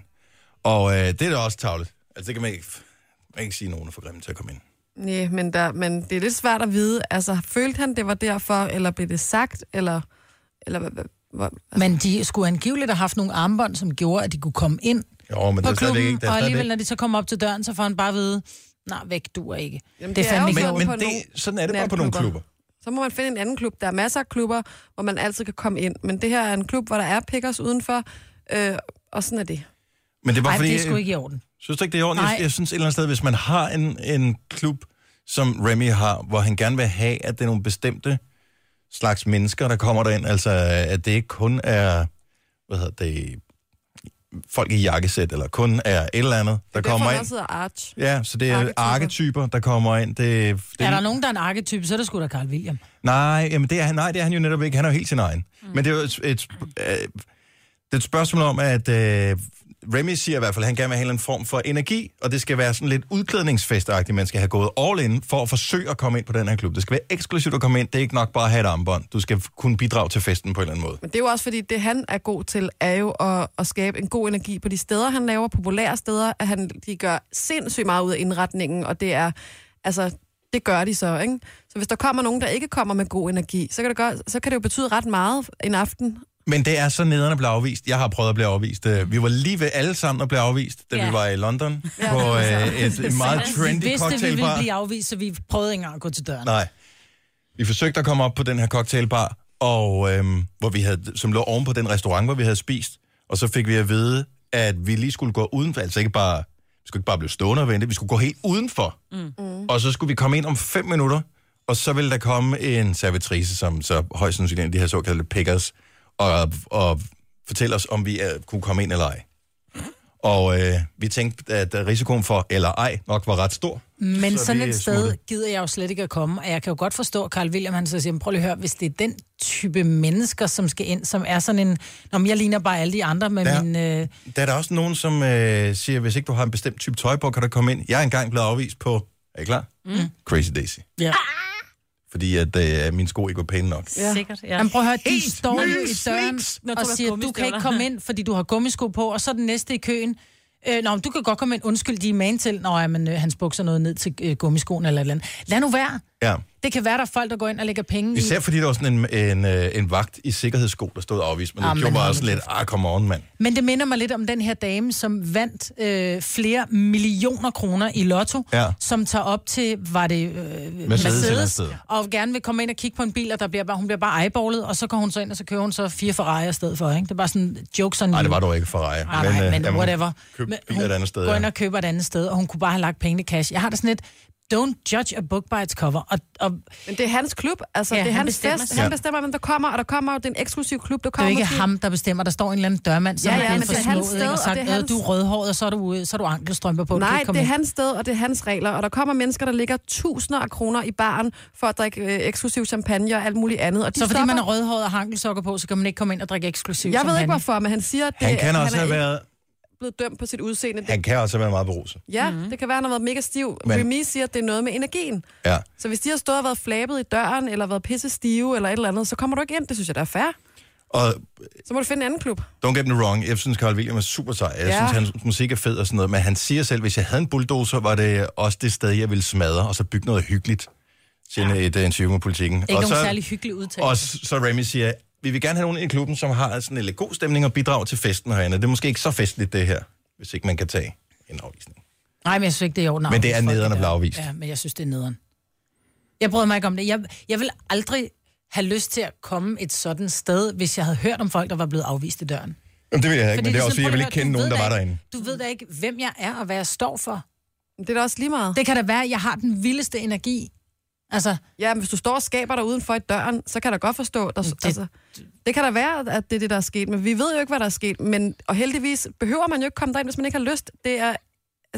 Speaker 1: Og øh, det er da også tavlet. Altså, det kan man ikke, man kan ikke sige, at nogen er for grimme til at komme ind.
Speaker 3: Nej, men, der, men det er lidt svært at vide. Altså, følte han, det var derfor, eller blev det sagt, eller... eller hvad- hvad- hvor,
Speaker 2: Men de skulle angiveligt have haft nogle armbånd, som gjorde, at de kunne komme ind
Speaker 1: Jo, men
Speaker 2: på
Speaker 1: det er stadigvæk
Speaker 2: klubben,
Speaker 1: ikke... Det er
Speaker 2: og
Speaker 1: stadigvæk-
Speaker 2: alligevel, når de så kommer op til døren, så får han bare at vide, nej, væk du er ikke. Jamen,
Speaker 3: det er jo
Speaker 2: ikke
Speaker 3: sådan
Speaker 2: noget.
Speaker 3: Men- men på det- nogle
Speaker 1: sådan er det bare på nogle
Speaker 3: natklubber.
Speaker 1: klubber.
Speaker 3: Så må man finde en anden klub. Der er masser af klubber, hvor man altid kan komme ind. Men det her er en klub, hvor der er pickers udenfor, øh, og sådan er det.
Speaker 1: Men det er bare
Speaker 3: Ej,
Speaker 1: fordi... øh,
Speaker 3: det er sgu ikke i orden.
Speaker 1: Synes du ikke, det er i orden? Jeg,
Speaker 3: Nej.
Speaker 1: jeg synes et eller andet sted, hvis man har en, en klub, som Remy har, hvor han gerne vil have, at det er nogle bestemte slags mennesker, der kommer derind, altså at det ikke kun er, hvad hedder det, folk i jakkesæt, eller kun er et eller andet, der kommer
Speaker 3: Derfor
Speaker 1: ind.
Speaker 3: også hedder Arch.
Speaker 1: Ja, så det er arketyper, der kommer ind. Det, det,
Speaker 2: Er der nogen, der er en arketype, så er det sgu da Carl William.
Speaker 1: Nej, jamen det er, han- nej, det er han jo netop ikke. Han er jo helt sin egen. Mm. Men det er jo et, et, øh, det er et spørgsmål om, at øh, Remy siger i hvert fald, at han gerne vil have en eller anden form for energi, og det skal være sådan lidt udklædningsfestagtigt. Man skal have gået all in for at forsøge at komme ind på den her klub. Det skal være eksklusivt at komme ind. Det er ikke nok bare at have et armbånd. Du skal kunne bidrage til festen på en eller anden måde.
Speaker 3: Men det er jo også fordi, det han er god til, er jo at, at skabe en god energi på de steder, han laver, populære steder, at han, de gør sindssygt meget ud af indretningen, og det er, altså, det gør de så, ikke? Så hvis der kommer nogen, der ikke kommer med god energi, så kan det, gøre, så kan det jo betyde ret meget en aften.
Speaker 1: Men det er så nederne at blive afvist. Jeg har prøvet at blive afvist. Øh, Vi var lige ved alle sammen at blive afvist, da
Speaker 2: Ja.
Speaker 1: vi var i London
Speaker 2: Ja,
Speaker 1: på
Speaker 2: det var så.
Speaker 1: øh, et, et meget
Speaker 2: vi
Speaker 1: trendy
Speaker 2: vidste, vi ville
Speaker 1: cocktailbar.
Speaker 2: blive afvist, så vi prøvede ikke engang at gå til døren.
Speaker 1: Nej. Vi forsøgte at komme op på den her cocktailbar, og øhm, hvor vi havde, som lå oven på den restaurant, hvor vi havde spist. Og så fik vi at vide, at vi lige skulle gå udenfor. Altså ikke bare, vi skulle ikke bare blive stående og vente, vi skulle gå helt udenfor. Mm. Og så skulle vi komme ind om fem minutter, og så ville der komme en servitrice, som så højst sandsynligt er en af de her såkaldte pickers, og, og fortælle os, om vi uh, kunne komme ind eller ej. Og øh, vi tænkte, at risikoen for eller ej nok var ret stor.
Speaker 2: Men
Speaker 1: Så
Speaker 2: så sådan
Speaker 1: vi øh,
Speaker 2: et sted
Speaker 1: smuttede.
Speaker 2: gider jeg jo slet ikke at komme, og jeg kan jo godt forstå, at Carl William han så siger, "Men prøv lige at høre, hvis det er den type mennesker, som skal ind, som er sådan en, Nå, men jeg ligner bare alle de andre med
Speaker 1: Der-
Speaker 2: min... Øh...
Speaker 1: Der er der også nogen, som øh, siger, hvis ikke du har en bestemt type tøj på, kan du komme ind. Jeg er engang blevet afvist på, er I klar?
Speaker 2: Mm.
Speaker 1: Crazy Daisy.
Speaker 2: Ja.
Speaker 1: Fordi at øh, mine sko ikke var pæne nok.
Speaker 2: Ja.
Speaker 4: Sikkert, ja.
Speaker 2: Men prøv at høre, de
Speaker 4: Helt
Speaker 2: står jo i
Speaker 4: vildt
Speaker 2: døren
Speaker 4: sneaks. Nå,
Speaker 2: og
Speaker 4: du har
Speaker 2: siger, du kan ikke
Speaker 4: gummistøvler."
Speaker 2: komme ind, fordi du har gummisko på, og så er den næste i køen. Øh, nå, men du kan godt komme ind. Undskyld, de er man til. Nå, ja, men øh, hans bukser noget ned til øh, gummiskoen eller et eller andet. Lad nu være.
Speaker 1: Ja.
Speaker 2: Det kan være, der er folk, der går ind og lægger penge
Speaker 1: Især
Speaker 2: i.
Speaker 1: fordi der var sådan en, en, øh, en vagt i sikkerhedssko, der stod afvist. Men det
Speaker 2: Jamen,
Speaker 1: gjorde
Speaker 2: hold
Speaker 1: bare
Speaker 2: nu
Speaker 1: sådan lidt, ah, come on, mand.
Speaker 2: Men det minder mig lidt om den her dame, som vandt øh, flere millioner kroner i lotto,
Speaker 1: Ja.
Speaker 2: som tager op til, var det øh,
Speaker 1: Mercedes
Speaker 2: Mercedes,
Speaker 1: et eller andet
Speaker 2: Mercedes,
Speaker 1: sted.
Speaker 2: og gerne vil komme ind og kigge på en bil, og der bliver bare, hun bliver bare eyeballet, og så går hun så ind, og så kører hun så fire Ferrari i stedet for, ikke? Det er bare sådan jokes on
Speaker 1: Nej, det
Speaker 2: you.
Speaker 1: var dog ikke Ferrari.
Speaker 2: Ah, Nej, men, nej, men
Speaker 1: jamen,
Speaker 2: whatever.
Speaker 1: Køb
Speaker 2: Men
Speaker 1: biler et andet sted.
Speaker 2: Gå
Speaker 1: Ja.
Speaker 2: ind og køber et andet sted, og hun kunne bare have lagt pengene i cash. Jeg har det sådan lidt, don't judge a book by its cover. Og, og
Speaker 3: Men det er hans klub, altså
Speaker 2: Ja,
Speaker 3: ja, det er
Speaker 2: han
Speaker 3: hans
Speaker 2: bestemmer
Speaker 3: bestemmer fest.
Speaker 2: selv.
Speaker 3: Han bestemmer, hvem der kommer, og der kommer jo den eksklusive klub, der
Speaker 2: det er jo
Speaker 3: kommer
Speaker 2: ikke
Speaker 3: måske-
Speaker 2: ham, der bestemmer. Der står en eller anden dørmand, som
Speaker 3: Ja,
Speaker 2: ja,
Speaker 3: ja,
Speaker 2: ja, er
Speaker 3: men
Speaker 2: alt for
Speaker 3: det er hans
Speaker 2: snået, ikke? og
Speaker 3: sted, og
Speaker 2: sagt,
Speaker 3: det er
Speaker 2: "Øh, du er
Speaker 3: hans-
Speaker 2: rødhåret, og så er du, øh, så er du ankelstrømper på. du kan
Speaker 3: Nej,
Speaker 2: ikke komme
Speaker 3: det er
Speaker 2: ind."
Speaker 3: hans sted, og det er hans regler, og der kommer mennesker, der ligger tusinder af kroner i baren for at drikke øh, eksklusiv champagne og alt muligt andet. Og de
Speaker 2: Så fordi
Speaker 3: stopper-
Speaker 2: man er rødhåret og har hankelsokker på, så kan man ikke komme ind og drikke eksklusivt.
Speaker 3: Jeg ved
Speaker 2: champagne.
Speaker 3: ikke hvorfor, men han siger, at det,
Speaker 1: Han kan
Speaker 3: han
Speaker 1: også
Speaker 3: er
Speaker 1: have
Speaker 3: ikke-
Speaker 1: været
Speaker 3: blevet dømt på sit udseende. Det,
Speaker 1: Han kan også være meget beruset.
Speaker 3: ja, mm-hmm. det kan være, han har været mega stiv.
Speaker 1: Mhm. Men-
Speaker 3: Men... Remy siger, at det er noget med energien.
Speaker 1: Ja.
Speaker 3: Så hvis de har stået og været flabet i døren, eller været pisse stive, eller et eller andet, så kommer du ikke ind. Det synes jeg, der er fair.
Speaker 1: Og
Speaker 3: Så må du finde en anden klub.
Speaker 1: don't get me wrong, jeg synes, Carl William er super sej. Jeg
Speaker 3: Ja.
Speaker 1: ja. synes, hans musik er fed og sådan noget. Men han siger selv, hvis jeg havde en bulldozer, var det også det sted, jeg ville smadre, og så bygge noget hyggeligt til ja. et øh, interview med politikken.
Speaker 2: Ikke
Speaker 1: og
Speaker 2: nogen
Speaker 1: så,
Speaker 2: særlig hyggelig udtalelse.
Speaker 1: Og s- så Remy siger, vi vil gerne have nogen i klubben, som har sådan en lidt god stemning og bidrag til festen herinde. Det er måske ikke så festligt, det her, hvis ikke man kan tage en afvisning.
Speaker 2: Nej, men jeg synes ikke, det er i orden. at
Speaker 1: Men det er
Speaker 2: afvise folk,
Speaker 1: nederen at
Speaker 2: der.
Speaker 1: blive afvist.
Speaker 2: Ja, men jeg synes, det er nederen. Jeg bryder mig ikke om det. Jeg, jeg vil aldrig have lyst til at komme et sådan sted, hvis jeg havde hørt om folk, der var blevet afvist i døren.
Speaker 1: Jamen, det vil jeg ikke, men det er
Speaker 2: sådan,
Speaker 1: også, fordi jeg
Speaker 2: prøv
Speaker 1: vil
Speaker 2: lige
Speaker 1: ikke
Speaker 2: at høre,
Speaker 1: kende
Speaker 2: du
Speaker 1: nogen,
Speaker 2: ved
Speaker 1: der var
Speaker 2: da
Speaker 1: derinde.
Speaker 2: ikke- Du ved da ikke, hvem jeg er og hvad jeg står for.
Speaker 3: Det er da også lige meget.
Speaker 2: Det kan da være, at jeg har den vildeste energi. Altså,
Speaker 3: Ja, men hvis du står og skaber dig udenfor i døren, så kan jeg da godt forstå. Der, det, altså, det kan da være, at det er det, der er sket, men vi ved jo ikke, hvad der er sket. Men, og heldigvis behøver man jo ikke komme derind, hvis man ikke har lyst. Det er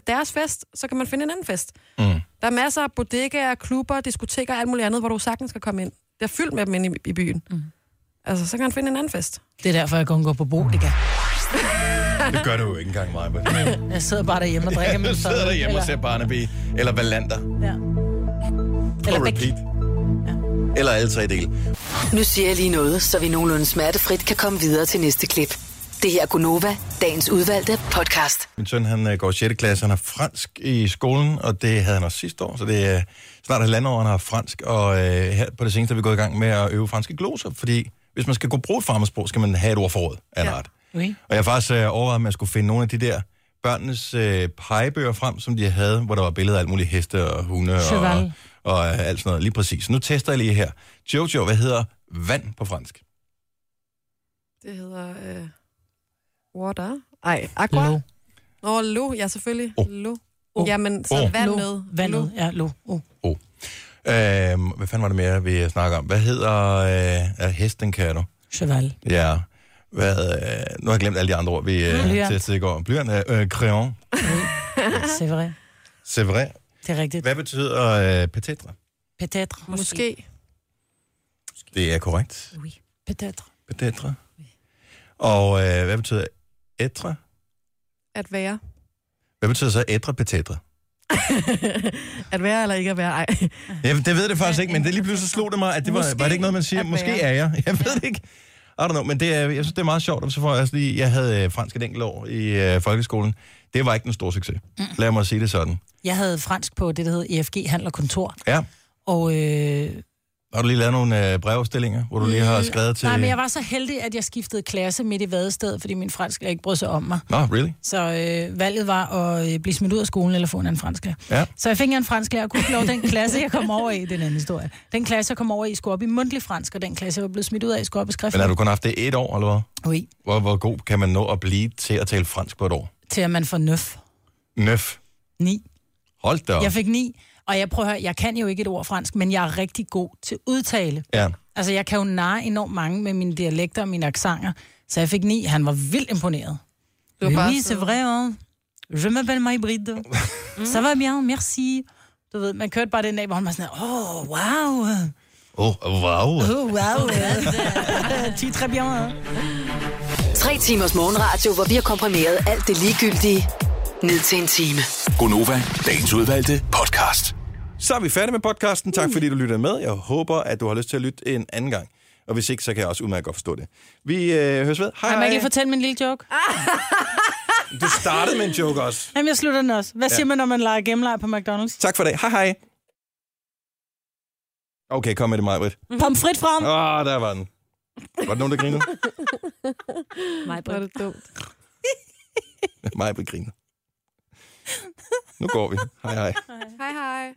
Speaker 3: deres fest, så kan man finde en anden fest.
Speaker 1: Mm.
Speaker 3: Der er masser af bodegaer, klubber, diskoteker og alt muligt andet, hvor du sagtens skal komme ind. Det er fyldt med dem inde i, i byen. Mm. Altså, så kan man finde en anden fest.
Speaker 2: det er derfor, jeg kun går på Bodega.
Speaker 1: Det gør du jo ikke engang, mig. Men...
Speaker 2: Jeg sidder bare derhjemme og drikker
Speaker 1: Ja,
Speaker 2: min
Speaker 1: du sidder
Speaker 2: fadøl,
Speaker 1: derhjemme og ser Barnaby, eller Valander,
Speaker 2: Eller
Speaker 1: på repeat. Eller alle tre dele.
Speaker 6: Nu siger jeg lige noget, så vi nogenlunde smertefrit kan komme videre til næste klip. Det her er Gunova, dagens udvalgte podcast.
Speaker 1: Min søn, han øh, går i 6. klasse, han har fransk i skolen, og det havde han også sidste år, så det er snart halvandet år, han har haft fransk, og øh, her på det seneste har vi gået i gang med at øve franske gloser, fordi hvis man skal kunne bruge et fremmedsprog, skal man have et ord forråd af en art.
Speaker 2: Oui.
Speaker 1: Og jeg har faktisk øh, overvejet, om jeg skulle finde nogle af de der børnenes øh, pegebøger frem, som de havde, hvor der var billeder af alt muligt heste og hunde og,
Speaker 2: Cheval.
Speaker 1: og øh, alt sådan noget. Lige præcis. Nu tester jeg lige her. Jojo, hvad hedder vand på fransk?
Speaker 3: Det hedder... Øh, water? Ej, aqua? Lo. Nå, lo, ja, selvfølgelig. Oh. Lo. Oh. Jamen, så
Speaker 1: Oh.
Speaker 3: oh. vandet.
Speaker 2: Vandet, ja, lo. Oh.
Speaker 1: Øhm, hvad fanden var det mere, vi snakker om? Hvad hedder øh, ja, hesten, kan du?
Speaker 2: Cheval.
Speaker 1: Ja. Hvad, øh, nu har jeg glemt alle de andre ord, vi øh,
Speaker 2: Blyant.
Speaker 1: testede i går. Blyant er øh, crayon.
Speaker 2: C'est vrai.
Speaker 1: C'est vrai.
Speaker 2: Det er rigtigt.
Speaker 1: Hvad betyder øh, petetre?
Speaker 2: Peut-être.
Speaker 3: Måske.
Speaker 1: Det er korrekt.
Speaker 2: Oui. Peut-être.
Speaker 1: Petetre. Og øh, hvad betyder etre?
Speaker 3: At være.
Speaker 1: Hvad betyder så etre petetre?
Speaker 3: at være eller ikke at være, ej.
Speaker 1: Jeg, det ved jeg det faktisk ikke, men det lige pludselig slog det mig, at det var, var det ikke noget, man siger,
Speaker 3: at
Speaker 1: måske
Speaker 3: være.
Speaker 1: er jeg. Jeg ved det ikke. I don't know, men det er, jeg synes, det er meget sjovt, og så får jeg også lige, jeg havde øh, fransk et enkelt år i øh, folkeskolen. Det var ikke en stor succes.
Speaker 2: Mm.
Speaker 1: Lad mig sige det sådan.
Speaker 2: Jeg havde fransk på det, der E hed EFG Handel og Kontor.
Speaker 1: Ja.
Speaker 2: Og øh,
Speaker 1: Har du lige lavet nogle øh, brevstillinger, hvor du lige har skrevet til...
Speaker 2: Mm, Nej, men jeg var så heldig, at jeg skiftede klasse midt i vadestedet, fordi min fransklærer ikke brød sig om mig.
Speaker 1: Nå, really?
Speaker 2: Så øh, valget var at øh, blive smidt ud af skolen eller få en anden fransklærer.
Speaker 1: Ja.
Speaker 2: Så jeg fik en fransklærer og kunne ikke lov den klasse, jeg kom over i, den anden historie. Den klasse, jeg kom over i, skulle op i mundtlig fransk, og den klasse, jeg var blevet smidt ud af, skulle op i skrift.
Speaker 1: Men har du kun haft det et år, eller hvad?
Speaker 2: Oui,
Speaker 1: Hvor, hvor god kan man nå at blive til at tale fransk på et år?
Speaker 2: til at man får nøf.
Speaker 1: Nøf.
Speaker 2: Ni.
Speaker 1: Hold da op.
Speaker 2: Jeg fik ni, og jeg prøver at høre, jeg kan jo ikke et ord fransk, men jeg er rigtig god til udtale.
Speaker 1: Ja.
Speaker 2: Altså, jeg kan jo narre enormt mange med mine dialekter og mine aksanger. Så jeg fik ni. Han var vildt imponeret.
Speaker 3: Du var bare
Speaker 2: oui,
Speaker 3: sød.
Speaker 2: c'est vrai, hein? Je m'appelle Maybrid. Mm. Ça va bien, merci. Du ved, man kørte bare den af, hvor han var sådan, her, åh, oh, wow,
Speaker 1: Åh, oh, wow.
Speaker 2: oh, wow, tu es très bien. hein?
Speaker 6: Tre timers morgenradio, hvor vi har komprimeret alt det ligegyldige ned til en time.
Speaker 5: Gonova, dagens udvalgte podcast.
Speaker 1: Så er vi færdige med podcasten. Tak fordi du lyttede med. Jeg håber, at du har lyst til at lytte en anden gang. Og hvis ikke, så kan jeg også udmærket godt forstå det. Vi øh, høres ved. Hej,
Speaker 2: Kan man ikke lige fortælle min lille joke?
Speaker 1: Du startede med en joke også.
Speaker 2: Jamen, jeg slutter den også. Hvad
Speaker 1: Ja.
Speaker 2: siger man, når man leger gemlejer på McDonald's?
Speaker 1: Tak for det. Hej, hej. Okay, kom med det, Majbrit.
Speaker 2: Pomfrit frem!
Speaker 1: Åh, oh, der var den. Var der nogen, der grinede?
Speaker 4: Ah, Mig,
Speaker 3: Var det dumt.
Speaker 1: Majbrit griner. Nu går vi. Hej, hej.
Speaker 3: Hej, hej.